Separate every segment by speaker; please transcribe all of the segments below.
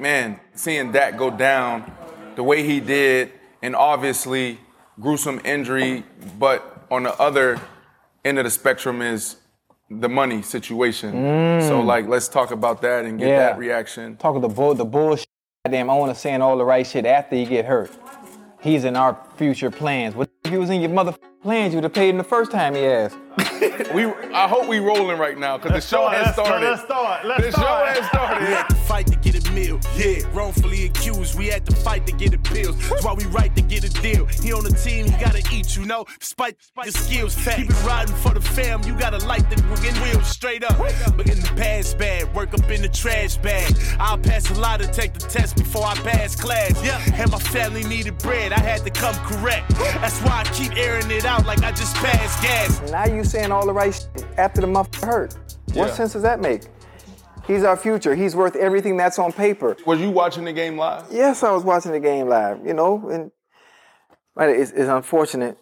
Speaker 1: Man, seeing that go down the way he did, and obviously gruesome injury, but on the other end of the spectrum is the money situation.
Speaker 2: Mm.
Speaker 1: So, like, let's talk about that and get
Speaker 3: Yeah.
Speaker 1: that reaction.
Speaker 3: Talking the bull, the bullshit. Damn, I want to saying all the right shit after you get hurt. He's in our future plans. What if he was in your mother plans? You'd have paid him the first time he asked.
Speaker 1: We, I hope we rolling right now because the show has started.
Speaker 2: Let's start. Let's
Speaker 1: the
Speaker 2: start.
Speaker 1: show has
Speaker 4: We
Speaker 1: started.
Speaker 4: had to fight to get a meal. Yeah, wrongfully accused. We had to fight to get the pills. That's why we right to get a deal. He on the team, he gotta eat, you know. Despite the skills, keep it riding for the fam. You gotta light the wiggin' wheels straight up. Look in the past bag, work up in the trash bag. I'll pass a lot to take the test before I pass class. Yeah, and my family needed bread. I had to come correct. That's why I keep airing it out like I just passed gas.
Speaker 3: Now you saying all the right shit after the motherfucker hurt. What
Speaker 1: Yeah.
Speaker 3: sense does that make? He's our future. He's worth everything that's on paper.
Speaker 1: Was you watching the game live?
Speaker 3: Yes, I was watching the game live, you know, and right, it's, it's unfortunate,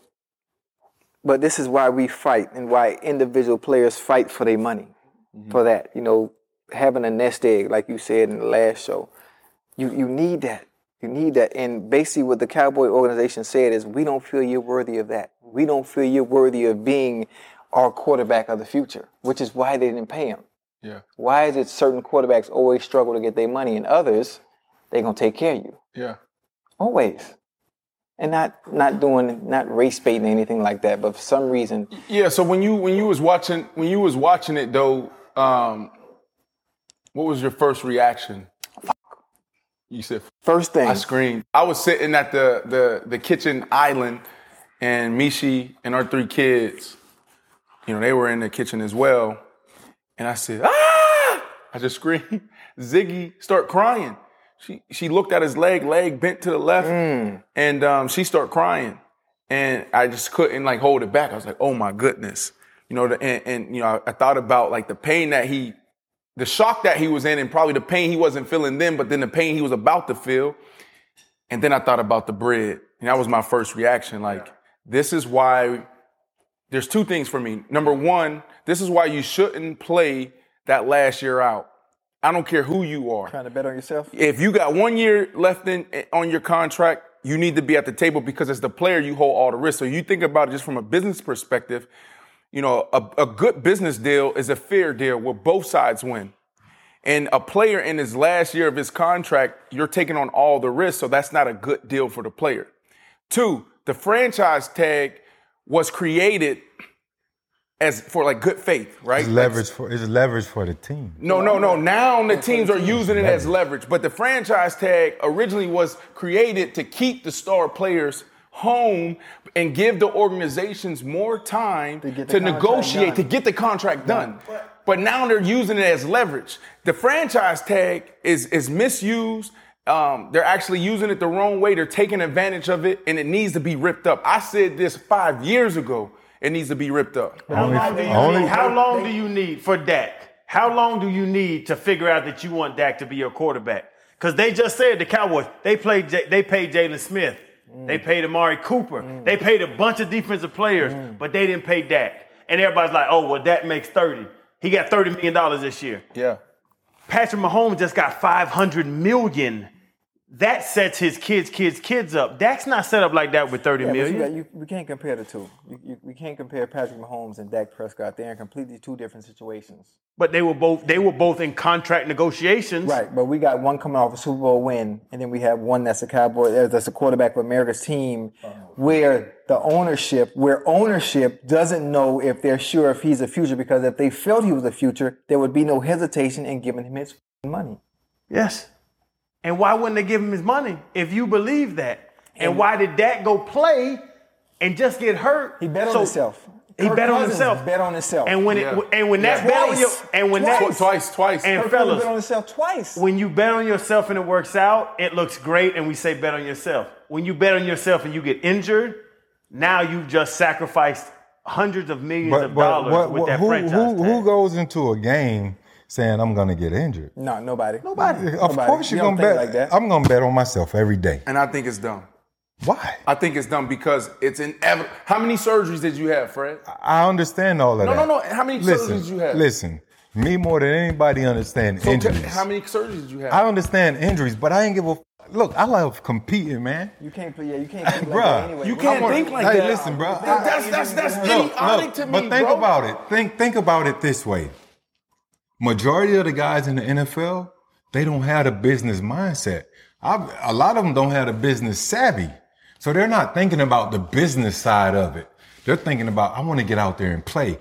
Speaker 3: but this is why we fight and why individual players fight for their money, for that, you know, having a nest egg, like you said in the last show. You, you need that. You need that. And basically, what the Cowboy organization said is, we don't feel you're worthy of that. We don't feel you're worthy of being our quarterback of the future, which is why they didn't pay him.
Speaker 1: Yeah.
Speaker 3: Why is it certain quarterbacks always struggle to get their money and others, they're going to take care of you?
Speaker 1: Yeah.
Speaker 3: always and not not doing not race baiting or anything like that but for some reason
Speaker 1: Yeah. So when you when you was watching when you was watching it though, um, what was your first reaction? You said
Speaker 3: first thing
Speaker 1: I screamed. I was sitting at the the the kitchen island, and Mishi and our three kids, you know, they were in the kitchen as well, and I said, ah! I just screamed. Ziggy start crying. She she looked at his leg, leg bent to the left, and um, she start crying, and I just couldn't like hold it back. I was like, oh my goodness, you know, the, and, and you know, I, I thought about like the pain that he the shock that he was in and probably the pain he wasn't feeling then, but then the pain he was about to feel. And then I thought about the bread. And that was my first reaction. Like, this is why there's two things for me. Number one, this is why you shouldn't play that last year out. I don't care who you are
Speaker 3: trying to bet on yourself
Speaker 1: if you got one year left in on your contract, you need to be at the table because as the player, you hold all the risk. So you think about it just from a business perspective. You know, a, a good business deal is a fair deal where both sides win. And a player in his last year of his contract, you're taking on all the risk. So that's not a good deal for the player. Two, the franchise tag was created as for like good faith, right?
Speaker 5: It's leverage for it's leverage for the team.
Speaker 1: No, no, no. Now the teams are using it as leverage, but the franchise tag originally was created to keep the star players home and give the organizations more time to,
Speaker 3: get the contract
Speaker 1: negotiate
Speaker 3: done.
Speaker 1: to get the contract done. But now they're using it as leverage. The franchise tag is is misused. Um, they're actually using it the wrong way. They're taking advantage of it, and it needs to be ripped up. I said this five years ago. It needs to be ripped up.
Speaker 2: How
Speaker 5: Only-
Speaker 2: long, do you,
Speaker 5: only-
Speaker 2: need- how long do you need for Dak? How long do you need to figure out that you want Dak to be your quarterback? Because they just said the Cowboys they played J- they paid Jalen Smith, they
Speaker 3: Mm.
Speaker 2: paid Amari Cooper, they paid a bunch of defensive players,
Speaker 3: Mm.
Speaker 2: but they didn't pay Dak. And everybody's like, oh well, Dak makes thirty. He got thirty million dollars this year.
Speaker 1: Yeah.
Speaker 2: Patrick Mahomes just got 500 million. That sets his kids, kids, kids up. Dak's not set up like that with 30
Speaker 3: Yeah, but
Speaker 2: million.
Speaker 3: you, got- you, we can't compare the two. You, you, we can't compare Patrick Mahomes and Dak Prescott. They're in completely two different situations.
Speaker 2: But they were both they were both in contract negotiations.
Speaker 3: Right, but we got one coming off a Super Bowl win, and then we have one that's a Cowboy, uh, that's a quarterback of America's team, where the ownership, where ownership doesn't know if they're sure if he's a future, because if they felt he was a future, there would be no hesitation in giving him his money.
Speaker 2: Yes. And why wouldn't they give him his money if you believe that? And, why did Dak go play and just get hurt?
Speaker 3: He bet on
Speaker 2: So-
Speaker 3: himself.
Speaker 2: He
Speaker 3: Kirk
Speaker 2: bet on
Speaker 3: Cousins
Speaker 2: himself.
Speaker 3: Bet on himself.
Speaker 2: And when
Speaker 1: Yeah.
Speaker 2: it and when that
Speaker 1: Yeah.
Speaker 2: bet on your
Speaker 3: Twice.
Speaker 2: and when
Speaker 1: Twice,
Speaker 2: that
Speaker 1: twice. twice.
Speaker 2: and
Speaker 3: Kirk Cousins
Speaker 2: fellas,
Speaker 3: bet on himself twice.
Speaker 2: when you bet on yourself and it works out, it looks great, and we say bet on yourself. When you bet on yourself and you get injured, now you've just sacrificed hundreds of millions of dollars with that
Speaker 5: who,
Speaker 2: franchise
Speaker 5: who,
Speaker 2: tag.
Speaker 5: who goes into a game saying I'm gonna get injured?
Speaker 3: no, nobody. Nobody.
Speaker 5: Of course you're
Speaker 3: don't
Speaker 5: gonna bet.
Speaker 3: think like that.
Speaker 5: I'm gonna bet on myself every day.
Speaker 1: And I think it's dumb.
Speaker 5: Why?
Speaker 1: I think it's dumb because it's inevitable. How many surgeries did you have, Fred?
Speaker 5: I understand all of
Speaker 1: No,
Speaker 5: that.
Speaker 1: no, no. How many
Speaker 5: Listen,
Speaker 1: surgeries you had?
Speaker 5: listen. Me more than anybody understand
Speaker 1: So t-
Speaker 5: injuries.
Speaker 1: how many surgeries did you have?
Speaker 5: I understand injuries, but I ain't give a f- look. I love competing, man.
Speaker 3: you can't play. Yeah, you can't think like
Speaker 5: Bruh,
Speaker 3: that anyway.
Speaker 1: you
Speaker 3: Bro,
Speaker 1: can't
Speaker 3: I want-
Speaker 1: think like
Speaker 5: hey,
Speaker 1: that.
Speaker 5: listen, bro. I-
Speaker 1: that's that's that's
Speaker 5: Look,
Speaker 1: idiotic
Speaker 5: look,
Speaker 1: to me,
Speaker 5: but think
Speaker 1: bro.
Speaker 5: about it. Think think about it this way. Majority of the guys in the NFL, they don't have a business mindset. I, a lot of them don't have a business savvy, so they're not thinking about the business side of it. They're thinking about I want to get out there and play.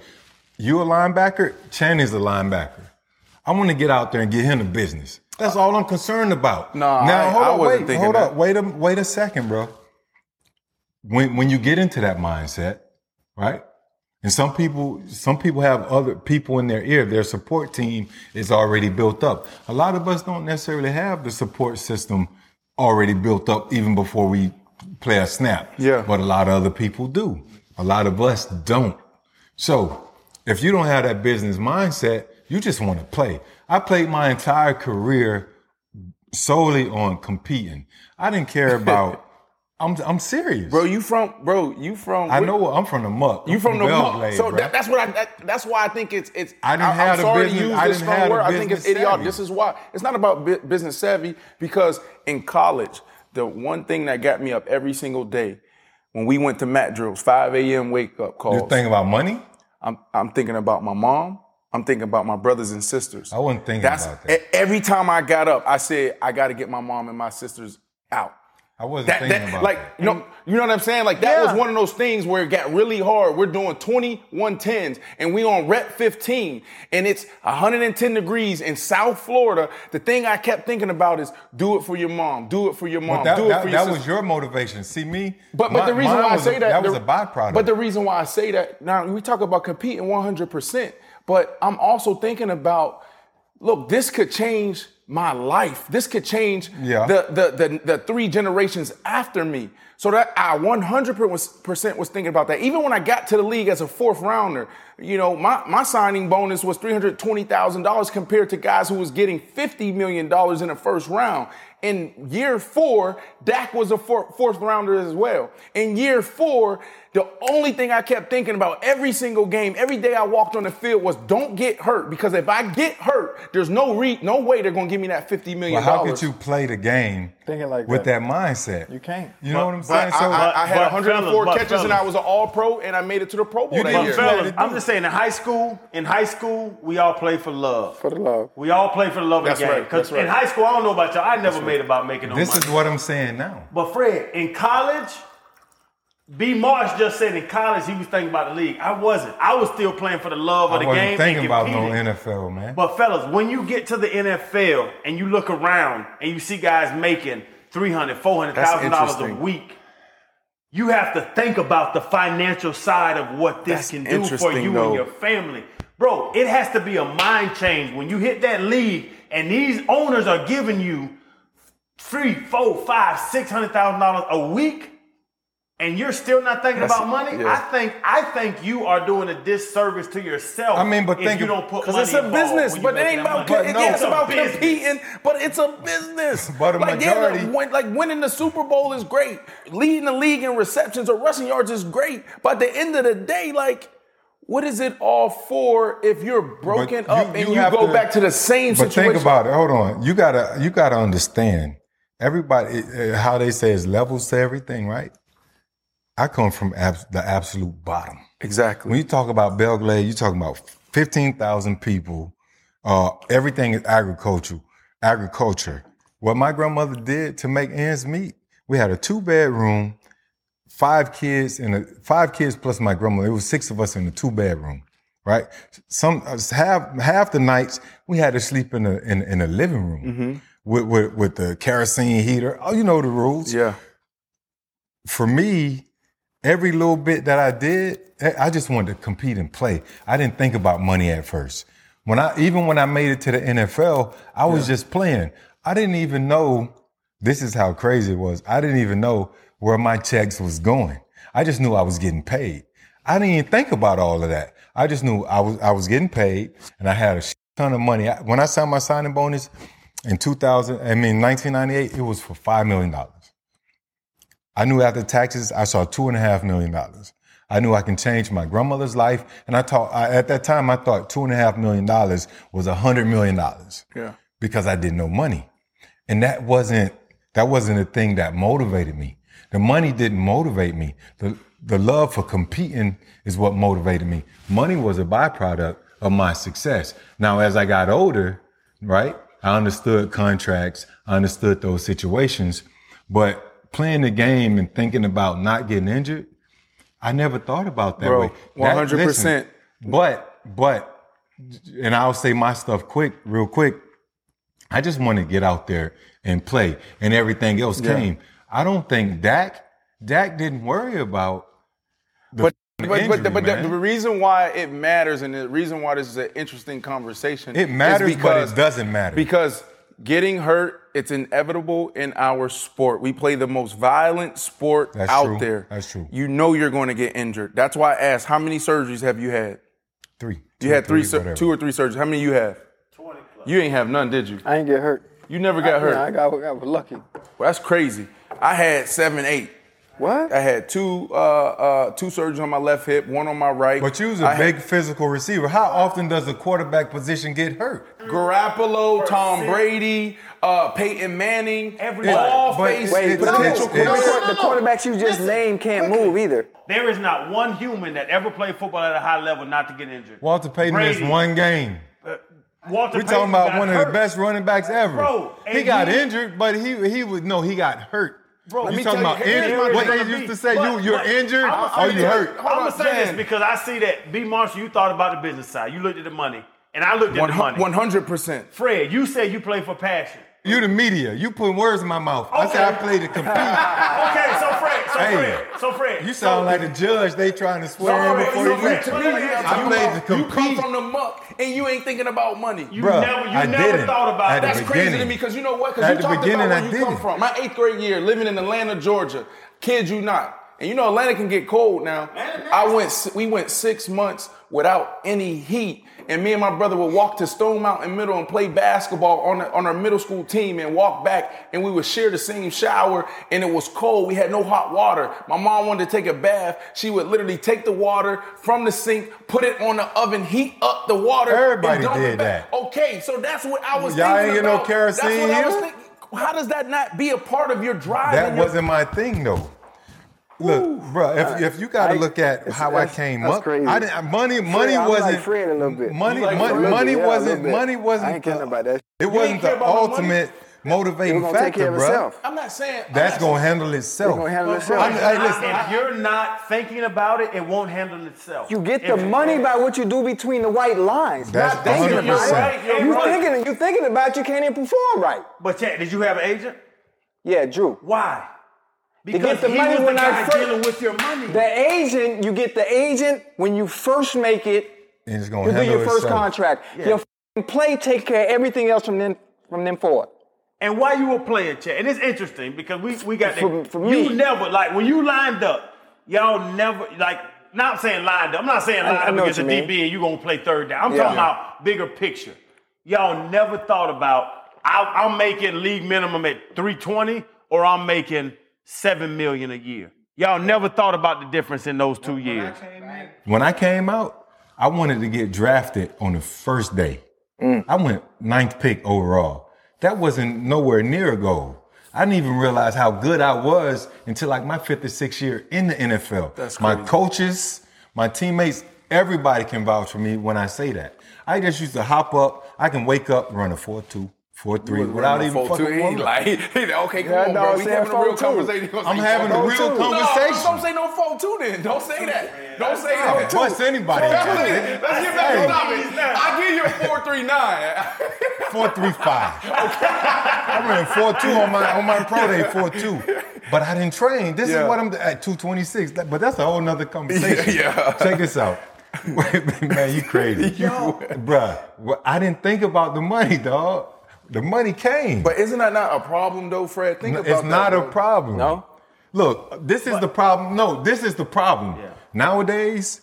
Speaker 5: You a linebacker? Channing's a linebacker. I want to get out there and get him the business. That's all I'm concerned about.
Speaker 1: Nah,
Speaker 5: now
Speaker 1: I-
Speaker 5: hold
Speaker 1: I
Speaker 5: up,
Speaker 1: wasn't
Speaker 5: wait,
Speaker 1: thinking
Speaker 5: hold
Speaker 1: that.
Speaker 5: up, wait a wait a second, bro. When when you get into that mindset, right? And some people, some people have other people in their ear. Their support team is already built up. A lot of us don't necessarily have the support system already built up even before we play a snap.
Speaker 1: Yeah.
Speaker 5: But a lot of other people do. A lot of us don't. So if you don't have that business mindset, you just want to play. I played my entire career solely on competing. I didn't care about. I'm I'm serious,
Speaker 1: Bro, you from bro, you from
Speaker 5: I know where I'm from the muck.
Speaker 1: you from the
Speaker 5: Belgrade,
Speaker 1: muck. So
Speaker 5: bro.
Speaker 1: that, that's what I that, that's why I think it's it's
Speaker 5: I didn't
Speaker 1: I'm
Speaker 5: have the
Speaker 1: sorry to
Speaker 5: business-
Speaker 1: use
Speaker 5: I
Speaker 1: this
Speaker 5: didn't
Speaker 1: strong
Speaker 5: have the
Speaker 1: word. I think it's
Speaker 5: business
Speaker 1: idiotic.
Speaker 5: savvy.
Speaker 1: This is why it's not about bu- business savvy because in college, the one thing that got me up every single day when we went to mat drills, 5 a.m. wake up calls.
Speaker 5: You're thinking about money?
Speaker 1: I'm, I'm thinking about my mom. I'm thinking about my brothers and sisters.
Speaker 5: I wasn't thinking
Speaker 1: That's
Speaker 5: about that.
Speaker 1: e- every time I got up, I said I got to get my mom and my sisters out.
Speaker 5: I wasn't
Speaker 1: That,
Speaker 5: thinking
Speaker 1: that-
Speaker 5: about
Speaker 1: like um,
Speaker 5: that.
Speaker 1: no, you know what I'm saying? Like that
Speaker 3: Yeah.
Speaker 1: was one of those things where it got really hard. We're doing 21 tens and we on rep 15 and it's 110 degrees in South Florida. The thing I kept thinking about is do it for your mom, do it for your mom,
Speaker 5: But that,
Speaker 1: do it
Speaker 5: that,
Speaker 1: for your
Speaker 5: that
Speaker 1: sister.
Speaker 5: was your motivation. See me?
Speaker 1: But, but
Speaker 5: my-
Speaker 1: the reason
Speaker 5: mine
Speaker 1: why I
Speaker 5: was a-
Speaker 1: say that
Speaker 5: that
Speaker 1: the-
Speaker 5: was a byproduct.
Speaker 1: But the reason why I say that now we talk about competing 100, percent but I'm also thinking about look, this could change my life. This could change
Speaker 5: Yeah.
Speaker 1: the, the the the three generations after me. So that I 100 percent was thinking about that. Even when I got to the league as a fourth rounder, you know, my my signing bonus was 320 thousand dollars compared to guys who was getting 50 million dollars in the first round. In year four, Dak was a four, fourth rounder as well. In year four, the only thing I kept thinking about every single game, every day I walked on the field was don't get hurt because if I get hurt, there's no re- no way they're gonna give me that fifty million
Speaker 5: But how
Speaker 1: dollars.
Speaker 5: could you play the game
Speaker 3: Thinking like
Speaker 5: with
Speaker 3: that.
Speaker 5: that, mindset?
Speaker 3: You can't.
Speaker 5: You know what I'm
Speaker 1: I,
Speaker 5: saying? so
Speaker 1: I- I had
Speaker 2: But- but
Speaker 1: 104
Speaker 2: fellas, but
Speaker 1: catches and I
Speaker 2: fellas.
Speaker 1: was an All Pro and I made it to the Pro Bowl
Speaker 5: You
Speaker 1: that
Speaker 5: did
Speaker 1: year.
Speaker 2: But fellas,
Speaker 5: Yeah.
Speaker 2: I'm just saying, in high school, in high school, we all play for love.
Speaker 3: for the love.
Speaker 2: We all play for the love
Speaker 1: That's
Speaker 2: of the game.
Speaker 1: right, that's
Speaker 2: in
Speaker 1: right.
Speaker 2: high school, I don't know about y'all. I never made about making no
Speaker 5: this
Speaker 2: money.
Speaker 5: is what I'm saying now.
Speaker 2: But Fred, in college, B. Marsh just said in college he was thinking about the league. I wasn't. I was still playing for the love of
Speaker 5: I
Speaker 2: the
Speaker 5: wasn't
Speaker 2: game.
Speaker 5: thinking
Speaker 2: and
Speaker 5: about no
Speaker 2: competing.
Speaker 5: NFL, man.
Speaker 2: But fellas, when you get to the NFL and you look around and you see guys making 300, 400,000 dollars a
Speaker 1: interesting.
Speaker 2: week, you have to think about the financial side of what this
Speaker 1: That's
Speaker 2: can do for
Speaker 1: interesting,
Speaker 2: you
Speaker 1: though.
Speaker 2: and your family. Bro, it has to be a mind change when you hit that league and these owners are giving you three, four, five, six hundred thousand dollars a week, and you're still not thinking
Speaker 1: That's-
Speaker 2: about money.
Speaker 1: yeah.
Speaker 2: I think I think you are doing a disservice to yourself.
Speaker 5: I mean, but
Speaker 2: if
Speaker 5: think
Speaker 2: you
Speaker 5: of-
Speaker 2: don't put
Speaker 1: Cause
Speaker 2: money
Speaker 1: it's a
Speaker 2: involved
Speaker 1: business,
Speaker 2: when you
Speaker 1: but it
Speaker 2: make
Speaker 1: ain't
Speaker 2: that
Speaker 1: about
Speaker 2: money.
Speaker 5: But
Speaker 1: yeah,
Speaker 5: no.
Speaker 1: it's about
Speaker 2: business.
Speaker 1: competing, but it's a business.
Speaker 5: But a
Speaker 1: like, yeah, the
Speaker 5: majority-
Speaker 1: win- like winning the Super Bowl is great, leading the league in receptions or rushing yards is great, but at the end of the day, like. What is it all for if you're broken
Speaker 5: you-
Speaker 1: up and
Speaker 5: you
Speaker 1: you
Speaker 5: have
Speaker 1: go
Speaker 5: to-
Speaker 1: back to the same
Speaker 5: But
Speaker 1: situation?
Speaker 5: think about it. Hold on. You gotta you gotta understand. Everybody, eh, how they say is levels to everything, right? I come from abs- the absolute bottom.
Speaker 1: exactly.
Speaker 5: When you talk about Belgrade, you're talking about 15,000 people. Uh, everything is agricultural. Agriculture. What my grandmother did to make ends meet, we had a two bedroom, five kids, and a, five kids plus my grandmother. It was six of us in a two bedroom, right? Some uh, half half the nights we had to sleep in a in, in a living room with, with with the kerosene heater. Oh, you know the rules
Speaker 1: yeah.
Speaker 5: for me, every little bit that I did, eh, I- I just wanted to compete and play. I didn't think about money at first. When I even when I made it to the NFL, I was just playing. I didn't even know this is how crazy it was. I didn't even know where my checks was going. I just knew I was getting paid. I didn't even think about all of that. I just knew I was I was getting paid and I had a shit ton of money. I- When I signed my signing bonus in 2000, I mean 1998, it was for five million dollars. I knew after taxes, I saw two and a half million dollars. I knew I can change my grandmother's life, and I thought I, at that time I thought two and a half million dollars was a hundred million dollars
Speaker 1: Yeah.
Speaker 5: because I didn't know money, and that wasn't that wasn't the thing that motivated me. The money didn't motivate me. the The love for competing is what motivated me. Money was a byproduct of my success. Now, as I got older, right, I understood contracts, I understood those situations, but playing the game and thinking about not getting injured, I never thought about that
Speaker 1: Bro,
Speaker 5: way. That-
Speaker 1: 100%.
Speaker 5: listen, But but and I'll say my stuff quick, real quick. I just want to get out there and play, and everything else came. I don't think Dak Dak didn't worry about the
Speaker 1: But-
Speaker 5: f***ing
Speaker 1: But,
Speaker 5: injury,
Speaker 1: but, but the,
Speaker 5: man.
Speaker 1: the reason why it matters and the reason why this is an interesting conversation
Speaker 5: It
Speaker 1: is
Speaker 5: matters, but it doesn't matter.
Speaker 1: Because getting hurt, it's inevitable in our sport. We play the most violent sport
Speaker 5: That's
Speaker 1: out
Speaker 5: true.
Speaker 1: there.
Speaker 5: That's true.
Speaker 1: You know you're going to get injured. That's why I asked, how many surgeries have you had?
Speaker 5: three,
Speaker 1: You
Speaker 5: two or
Speaker 1: had three, sur-
Speaker 5: whatever.
Speaker 1: two or three surgeries. How many you have? 20 You ain't have none, did you?
Speaker 3: I ain't get hurt.
Speaker 1: You never got hurt.
Speaker 3: Yeah, I got, I was lucky.
Speaker 1: Well, that's crazy. I had seven, eight.
Speaker 3: What?
Speaker 1: I had two uh, uh, two surgeries on my left hip, one on my right.
Speaker 5: But you was
Speaker 1: a
Speaker 5: a big physical receiver. How often does the quarterback position get hurt?
Speaker 1: Garoppolo, Tom Brady, uh, Peyton Manning,
Speaker 2: Everybody.
Speaker 1: all
Speaker 5: But
Speaker 1: face
Speaker 5: it's-
Speaker 3: Wait, but no,
Speaker 1: potential
Speaker 5: it's-
Speaker 3: no,
Speaker 1: quarterbacks.
Speaker 3: the quarterbacks you just named can't move either.
Speaker 2: There is not one human that ever played football at a high level not to get injured.
Speaker 5: Walter Payton missed
Speaker 2: Brady. uh,
Speaker 5: one game.
Speaker 2: Walter
Speaker 5: We're talking
Speaker 2: Payton
Speaker 5: about
Speaker 2: got
Speaker 5: one of
Speaker 2: hurt.
Speaker 5: the best running backs ever.
Speaker 2: Bro,
Speaker 5: he
Speaker 2: and
Speaker 5: got
Speaker 2: he-
Speaker 5: injured, but he he was no, he got hurt.
Speaker 2: Bro, let
Speaker 5: you
Speaker 2: me
Speaker 5: talking
Speaker 1: tell
Speaker 5: about
Speaker 1: you, here's
Speaker 5: injured?
Speaker 1: where it's
Speaker 5: what
Speaker 1: gonna
Speaker 5: they used to say? you you're injured
Speaker 1: I'ma
Speaker 5: or
Speaker 1: say
Speaker 5: you
Speaker 1: this.
Speaker 5: hurt?
Speaker 1: Hold
Speaker 2: I'm
Speaker 1: on,
Speaker 2: gonna say
Speaker 1: Jan.
Speaker 2: this because I see that B. Marshall, you thought about the business side. You looked at the money, and I looked at the money.
Speaker 1: One hundred percent.
Speaker 2: Fred, you said you play for passion.
Speaker 5: You the media. You putting words in my mouth. I said I
Speaker 2: Okay.
Speaker 5: played to compete.
Speaker 2: Okay, so Fred, so
Speaker 5: Hey.
Speaker 2: Fred, so Fred,
Speaker 5: you sound like a judge. They trying to swear in
Speaker 2: Sorry,
Speaker 5: before
Speaker 2: you
Speaker 5: you
Speaker 2: know
Speaker 5: went
Speaker 2: what? Let me ask
Speaker 5: I
Speaker 2: you,
Speaker 5: played to
Speaker 1: You come
Speaker 5: compete.
Speaker 1: from the muck and you ain't thinking about money.
Speaker 2: you
Speaker 5: bruh,
Speaker 2: never, you
Speaker 5: I
Speaker 2: never
Speaker 5: didn't.
Speaker 2: thought
Speaker 5: I
Speaker 2: about
Speaker 5: didn't.
Speaker 2: that.
Speaker 1: That's
Speaker 5: the
Speaker 1: crazy to
Speaker 5: beginning.
Speaker 1: me because you know what?
Speaker 5: At
Speaker 1: Because
Speaker 5: the
Speaker 1: you talked
Speaker 5: beginning,
Speaker 1: about where
Speaker 5: I
Speaker 1: you
Speaker 5: didn't.
Speaker 1: come from. My eighth grade year, living in Atlanta, Georgia. Kid you not. And you know Atlanta can get cold now. I went. s- We went six months without any heat, and me and my brother would walk to Stone Mountain Middle and play basketball on the, on our middle school team, and walk back, and we would share the same shower, and it was cold. We had no hot water. My mom wanted to take a bath. She would literally take the water from the sink, put it on the oven, heat up the water. and
Speaker 5: Everybody
Speaker 1: dump it
Speaker 5: did
Speaker 1: back.
Speaker 5: that.
Speaker 1: Okay, so that's what I was.
Speaker 5: Y'all
Speaker 1: thinking
Speaker 5: ain't get no
Speaker 1: about- That's
Speaker 5: kerosene
Speaker 1: what I was
Speaker 5: either?
Speaker 1: thinking. How does that not be a part of your drive?
Speaker 5: That
Speaker 1: and your-
Speaker 5: wasn't my thing though. Look, bro. If, if you got to
Speaker 3: I-
Speaker 5: look at
Speaker 3: it's-
Speaker 5: how I
Speaker 3: that's-
Speaker 5: came
Speaker 3: that's
Speaker 5: up,
Speaker 3: crazy.
Speaker 5: I didn't. Money, money
Speaker 3: I'm like
Speaker 5: wasn't.
Speaker 3: Fred a little bit.
Speaker 5: Money,
Speaker 3: You like
Speaker 5: mon-
Speaker 3: Fred a little
Speaker 5: money
Speaker 3: bit, yeah, a
Speaker 5: wasn't.
Speaker 3: little bit.
Speaker 5: money wasn't.
Speaker 3: I ain't kidding about that.
Speaker 5: It wasn't
Speaker 1: care
Speaker 5: the
Speaker 1: about my money?
Speaker 5: ultimate motivating
Speaker 3: They gonna
Speaker 5: factor,
Speaker 3: take care of
Speaker 5: bruh.
Speaker 3: itself.
Speaker 1: I'm not saying I'm
Speaker 5: That's
Speaker 1: not
Speaker 5: gonna
Speaker 1: saying-
Speaker 5: handle itself.
Speaker 3: They're gonna handle
Speaker 2: Bro,
Speaker 3: themselves.
Speaker 5: I- hey, listen,
Speaker 2: if you're not thinking about it, it won't handle itself.
Speaker 3: You get the
Speaker 2: If-
Speaker 3: money by what you do between the white lines.
Speaker 5: That's
Speaker 3: not thinking about
Speaker 5: 100%.
Speaker 3: it.
Speaker 2: You're right,
Speaker 3: You
Speaker 2: you're right.
Speaker 3: thinking you thinking about it, you can't even perform right.
Speaker 2: But Chad, did you have an agent?
Speaker 3: Yeah, Drew.
Speaker 2: Why? Because
Speaker 3: the
Speaker 2: he
Speaker 3: money
Speaker 2: was the
Speaker 3: when I
Speaker 2: guy
Speaker 3: first-
Speaker 2: dealing with your money.
Speaker 3: The agent, you get the agent when you first make it.
Speaker 5: And it's gonna
Speaker 3: You do
Speaker 5: handle
Speaker 3: your first
Speaker 5: itself.
Speaker 3: contract. Your f***ing play take care of everything else from then from then forward.
Speaker 2: And while you were playing, Chad, and it's interesting because we we got
Speaker 3: For-
Speaker 2: that.
Speaker 3: for me-
Speaker 2: you never like when you lined up, y'all never like. Not saying lined up. I'm not saying lined
Speaker 3: I
Speaker 2: up
Speaker 3: know
Speaker 2: because the
Speaker 3: what you mean.
Speaker 2: DB and you gonna play third down. I'm
Speaker 3: Yeah.
Speaker 2: talking about bigger picture. Y'all never thought about I, I'm making league minimum at 320 or I'm making seven million a year. Y'all never thought about the difference in those two years.
Speaker 5: When I came out, I wanted to get drafted on the first day.
Speaker 3: Mm.
Speaker 5: I went ninth pick overall. That wasn't nowhere near a goal. I didn't even realize how good I was until like my fifth or sixth year in the NFL. That's my coaches, my teammates, everybody can vouch for me when I say that. I just used to hop up. I can wake up, run a 4 2, 4 3 without even
Speaker 1: Four, two,
Speaker 5: fucking
Speaker 1: he
Speaker 5: worrying.
Speaker 1: like, he like, okay, come
Speaker 3: Yeah,
Speaker 1: on,
Speaker 3: no,
Speaker 1: bro.
Speaker 3: I'm
Speaker 1: We
Speaker 3: saying
Speaker 1: having a real
Speaker 3: four, two.
Speaker 1: conversation. He gonna
Speaker 5: I'm
Speaker 1: say
Speaker 5: having a
Speaker 1: four,
Speaker 5: real
Speaker 1: two.
Speaker 5: conversation.
Speaker 1: No, don't say no four two then. Don't say that. Don't say that.
Speaker 5: Don't bust anybody.
Speaker 1: Let's get back
Speaker 5: Hey.
Speaker 1: to topic. I give you a four three nine.
Speaker 5: four three five. I ran four two on my on my pro day four two. But I didn't train. This
Speaker 1: Yeah.
Speaker 5: is what I'm at 226. That- But that's a whole nother conversation.
Speaker 1: Yeah, yeah.
Speaker 5: Check this out. Man, you crazy.
Speaker 1: Yo.
Speaker 5: Bruh, well, I didn't think about the money, dog. The money came.
Speaker 1: But isn't that not a problem though, Fred? Think about
Speaker 5: it's
Speaker 1: that,
Speaker 5: not a
Speaker 1: bro.
Speaker 5: problem.
Speaker 3: No?
Speaker 5: Look, this is the problem. No, this is the problem. Nowadays,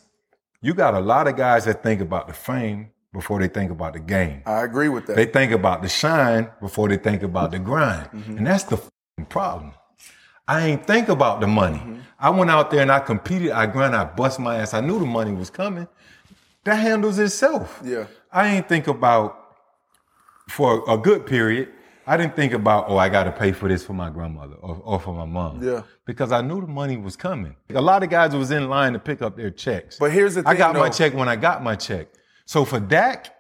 Speaker 5: you got a lot of guys that think about the fame before they think about the game.
Speaker 1: I agree with that.
Speaker 5: They think about the shine before they think about the grind.
Speaker 1: Mm-hmm.
Speaker 5: And that's the f***ing problem. I ain't think about the money.
Speaker 1: Mm-hmm.
Speaker 5: I went out there and I competed, I grind, I bust my ass. I knew the money was coming. That handles itself.
Speaker 1: Yeah.
Speaker 5: I ain't think about for a good period. I didn't think about, oh, I gotta pay for this for my grandmother or, or for my mom.
Speaker 1: Yeah.
Speaker 5: Because I knew the money was coming. A lot of guys was in line to pick up their checks.
Speaker 1: But here's the
Speaker 5: I
Speaker 1: thing,
Speaker 5: got my
Speaker 1: though.
Speaker 5: check when I got my check. So for Dak,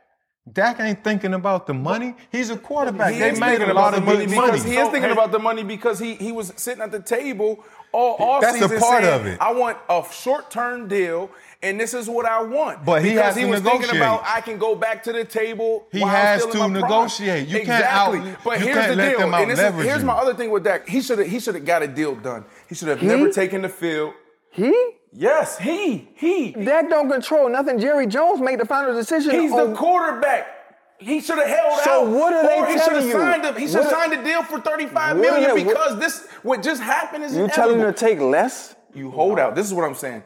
Speaker 5: Dak ain't thinking about the money. He's a quarterback.
Speaker 1: He
Speaker 5: they
Speaker 1: is
Speaker 5: made
Speaker 1: thinking
Speaker 5: a lot
Speaker 1: about
Speaker 5: of
Speaker 1: the
Speaker 5: money.
Speaker 1: money because he is
Speaker 2: So,
Speaker 1: thinking
Speaker 2: hey-
Speaker 1: about the money because he he was sitting at the table all off
Speaker 5: That's a part of it.
Speaker 1: I want a short term deal, and this is what I want.
Speaker 5: But he
Speaker 1: because
Speaker 5: has
Speaker 1: he
Speaker 5: to
Speaker 1: was thinking
Speaker 5: negotiate.
Speaker 1: about I can go back to the table.
Speaker 5: He
Speaker 1: while I'm
Speaker 5: has
Speaker 1: still in my
Speaker 5: to
Speaker 1: prime."
Speaker 5: negotiate. You can't out-
Speaker 1: exactly. but
Speaker 5: you
Speaker 1: here's
Speaker 5: can't
Speaker 1: the
Speaker 5: let
Speaker 1: deal,
Speaker 5: them
Speaker 1: and this is,
Speaker 5: out-leverage
Speaker 1: here's
Speaker 5: you.
Speaker 1: my other thing with Dak. He should have he should have got a deal done. He should have never taken the field.
Speaker 3: He?
Speaker 1: Yes, he he
Speaker 3: That don't control nothing. Jerry Jones made the final decision.
Speaker 1: He's
Speaker 3: on-
Speaker 1: the quarterback. He should have held
Speaker 3: So
Speaker 1: out.
Speaker 3: what are they
Speaker 1: or he
Speaker 3: telling
Speaker 1: shoulda
Speaker 3: you?
Speaker 1: Signed him. He should have
Speaker 3: What-
Speaker 1: signed a deal for thirty-five
Speaker 3: What
Speaker 1: million
Speaker 3: are they- what-
Speaker 1: because this what just happened is
Speaker 3: You telling him to
Speaker 1: inevitable.
Speaker 3: take less?
Speaker 1: you hold out. This is what I'm saying.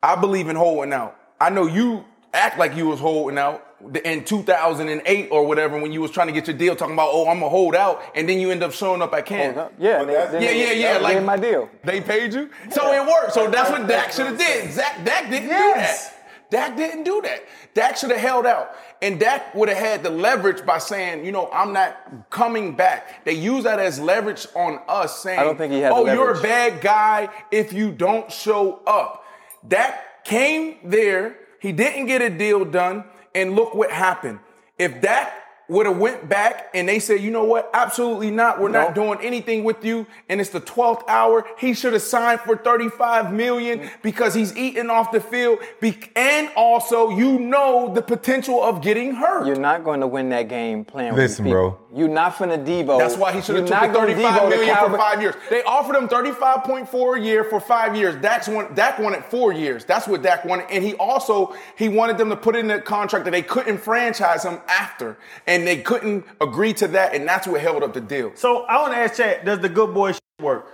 Speaker 1: I believe in holding out. I know you act like you was holding out in 2008 or whatever when you was trying to get your deal talking about oh I'm gonna hold out and then you end up showing up at camp.
Speaker 3: Yeah,
Speaker 5: But
Speaker 3: they-
Speaker 5: that's-
Speaker 3: they-
Speaker 1: Yeah, yeah, yeah.
Speaker 3: they
Speaker 1: Like
Speaker 3: made my deal.
Speaker 1: They paid you, so it worked. So that's what Dak should have did. Zach, Dak didn't
Speaker 5: Yes.
Speaker 1: do that. Dak didn't do that. Dak should have held out, and Dak would have had the leverage by saying, you know, I'm not coming back. They use that as leverage on us, saying,
Speaker 3: don't think he had the
Speaker 1: Oh, you're a
Speaker 3: leverage.
Speaker 1: bad guy if you don't show up. Dak came there. He didn't get a deal done, and look what happened. If Dak would have went back and they said, you know what? Absolutely not. We're not doing anything with you. And it's the 12th hour. He should have signed for 35 million because he's eating off the field. Be- and also, you know the potential of getting hurt.
Speaker 3: You're not going to win that game playing with
Speaker 5: Listen,
Speaker 3: these
Speaker 5: bro.
Speaker 3: people. You're not finna Debo.
Speaker 1: That's why he should have
Speaker 3: You're not
Speaker 1: took the
Speaker 3: gonna
Speaker 1: 35
Speaker 3: Debo the
Speaker 1: million for
Speaker 3: Cowboys.
Speaker 1: five years. They offered him 35.4 a year for five years. Dak's one, Dak wanted four years. That's what Dak wanted. And he also he wanted them to put in a contract that they couldn't franchise him after. And they couldn't agree to that, and that's what held up the deal.
Speaker 2: So I want to ask Chad, does the good boy shit work?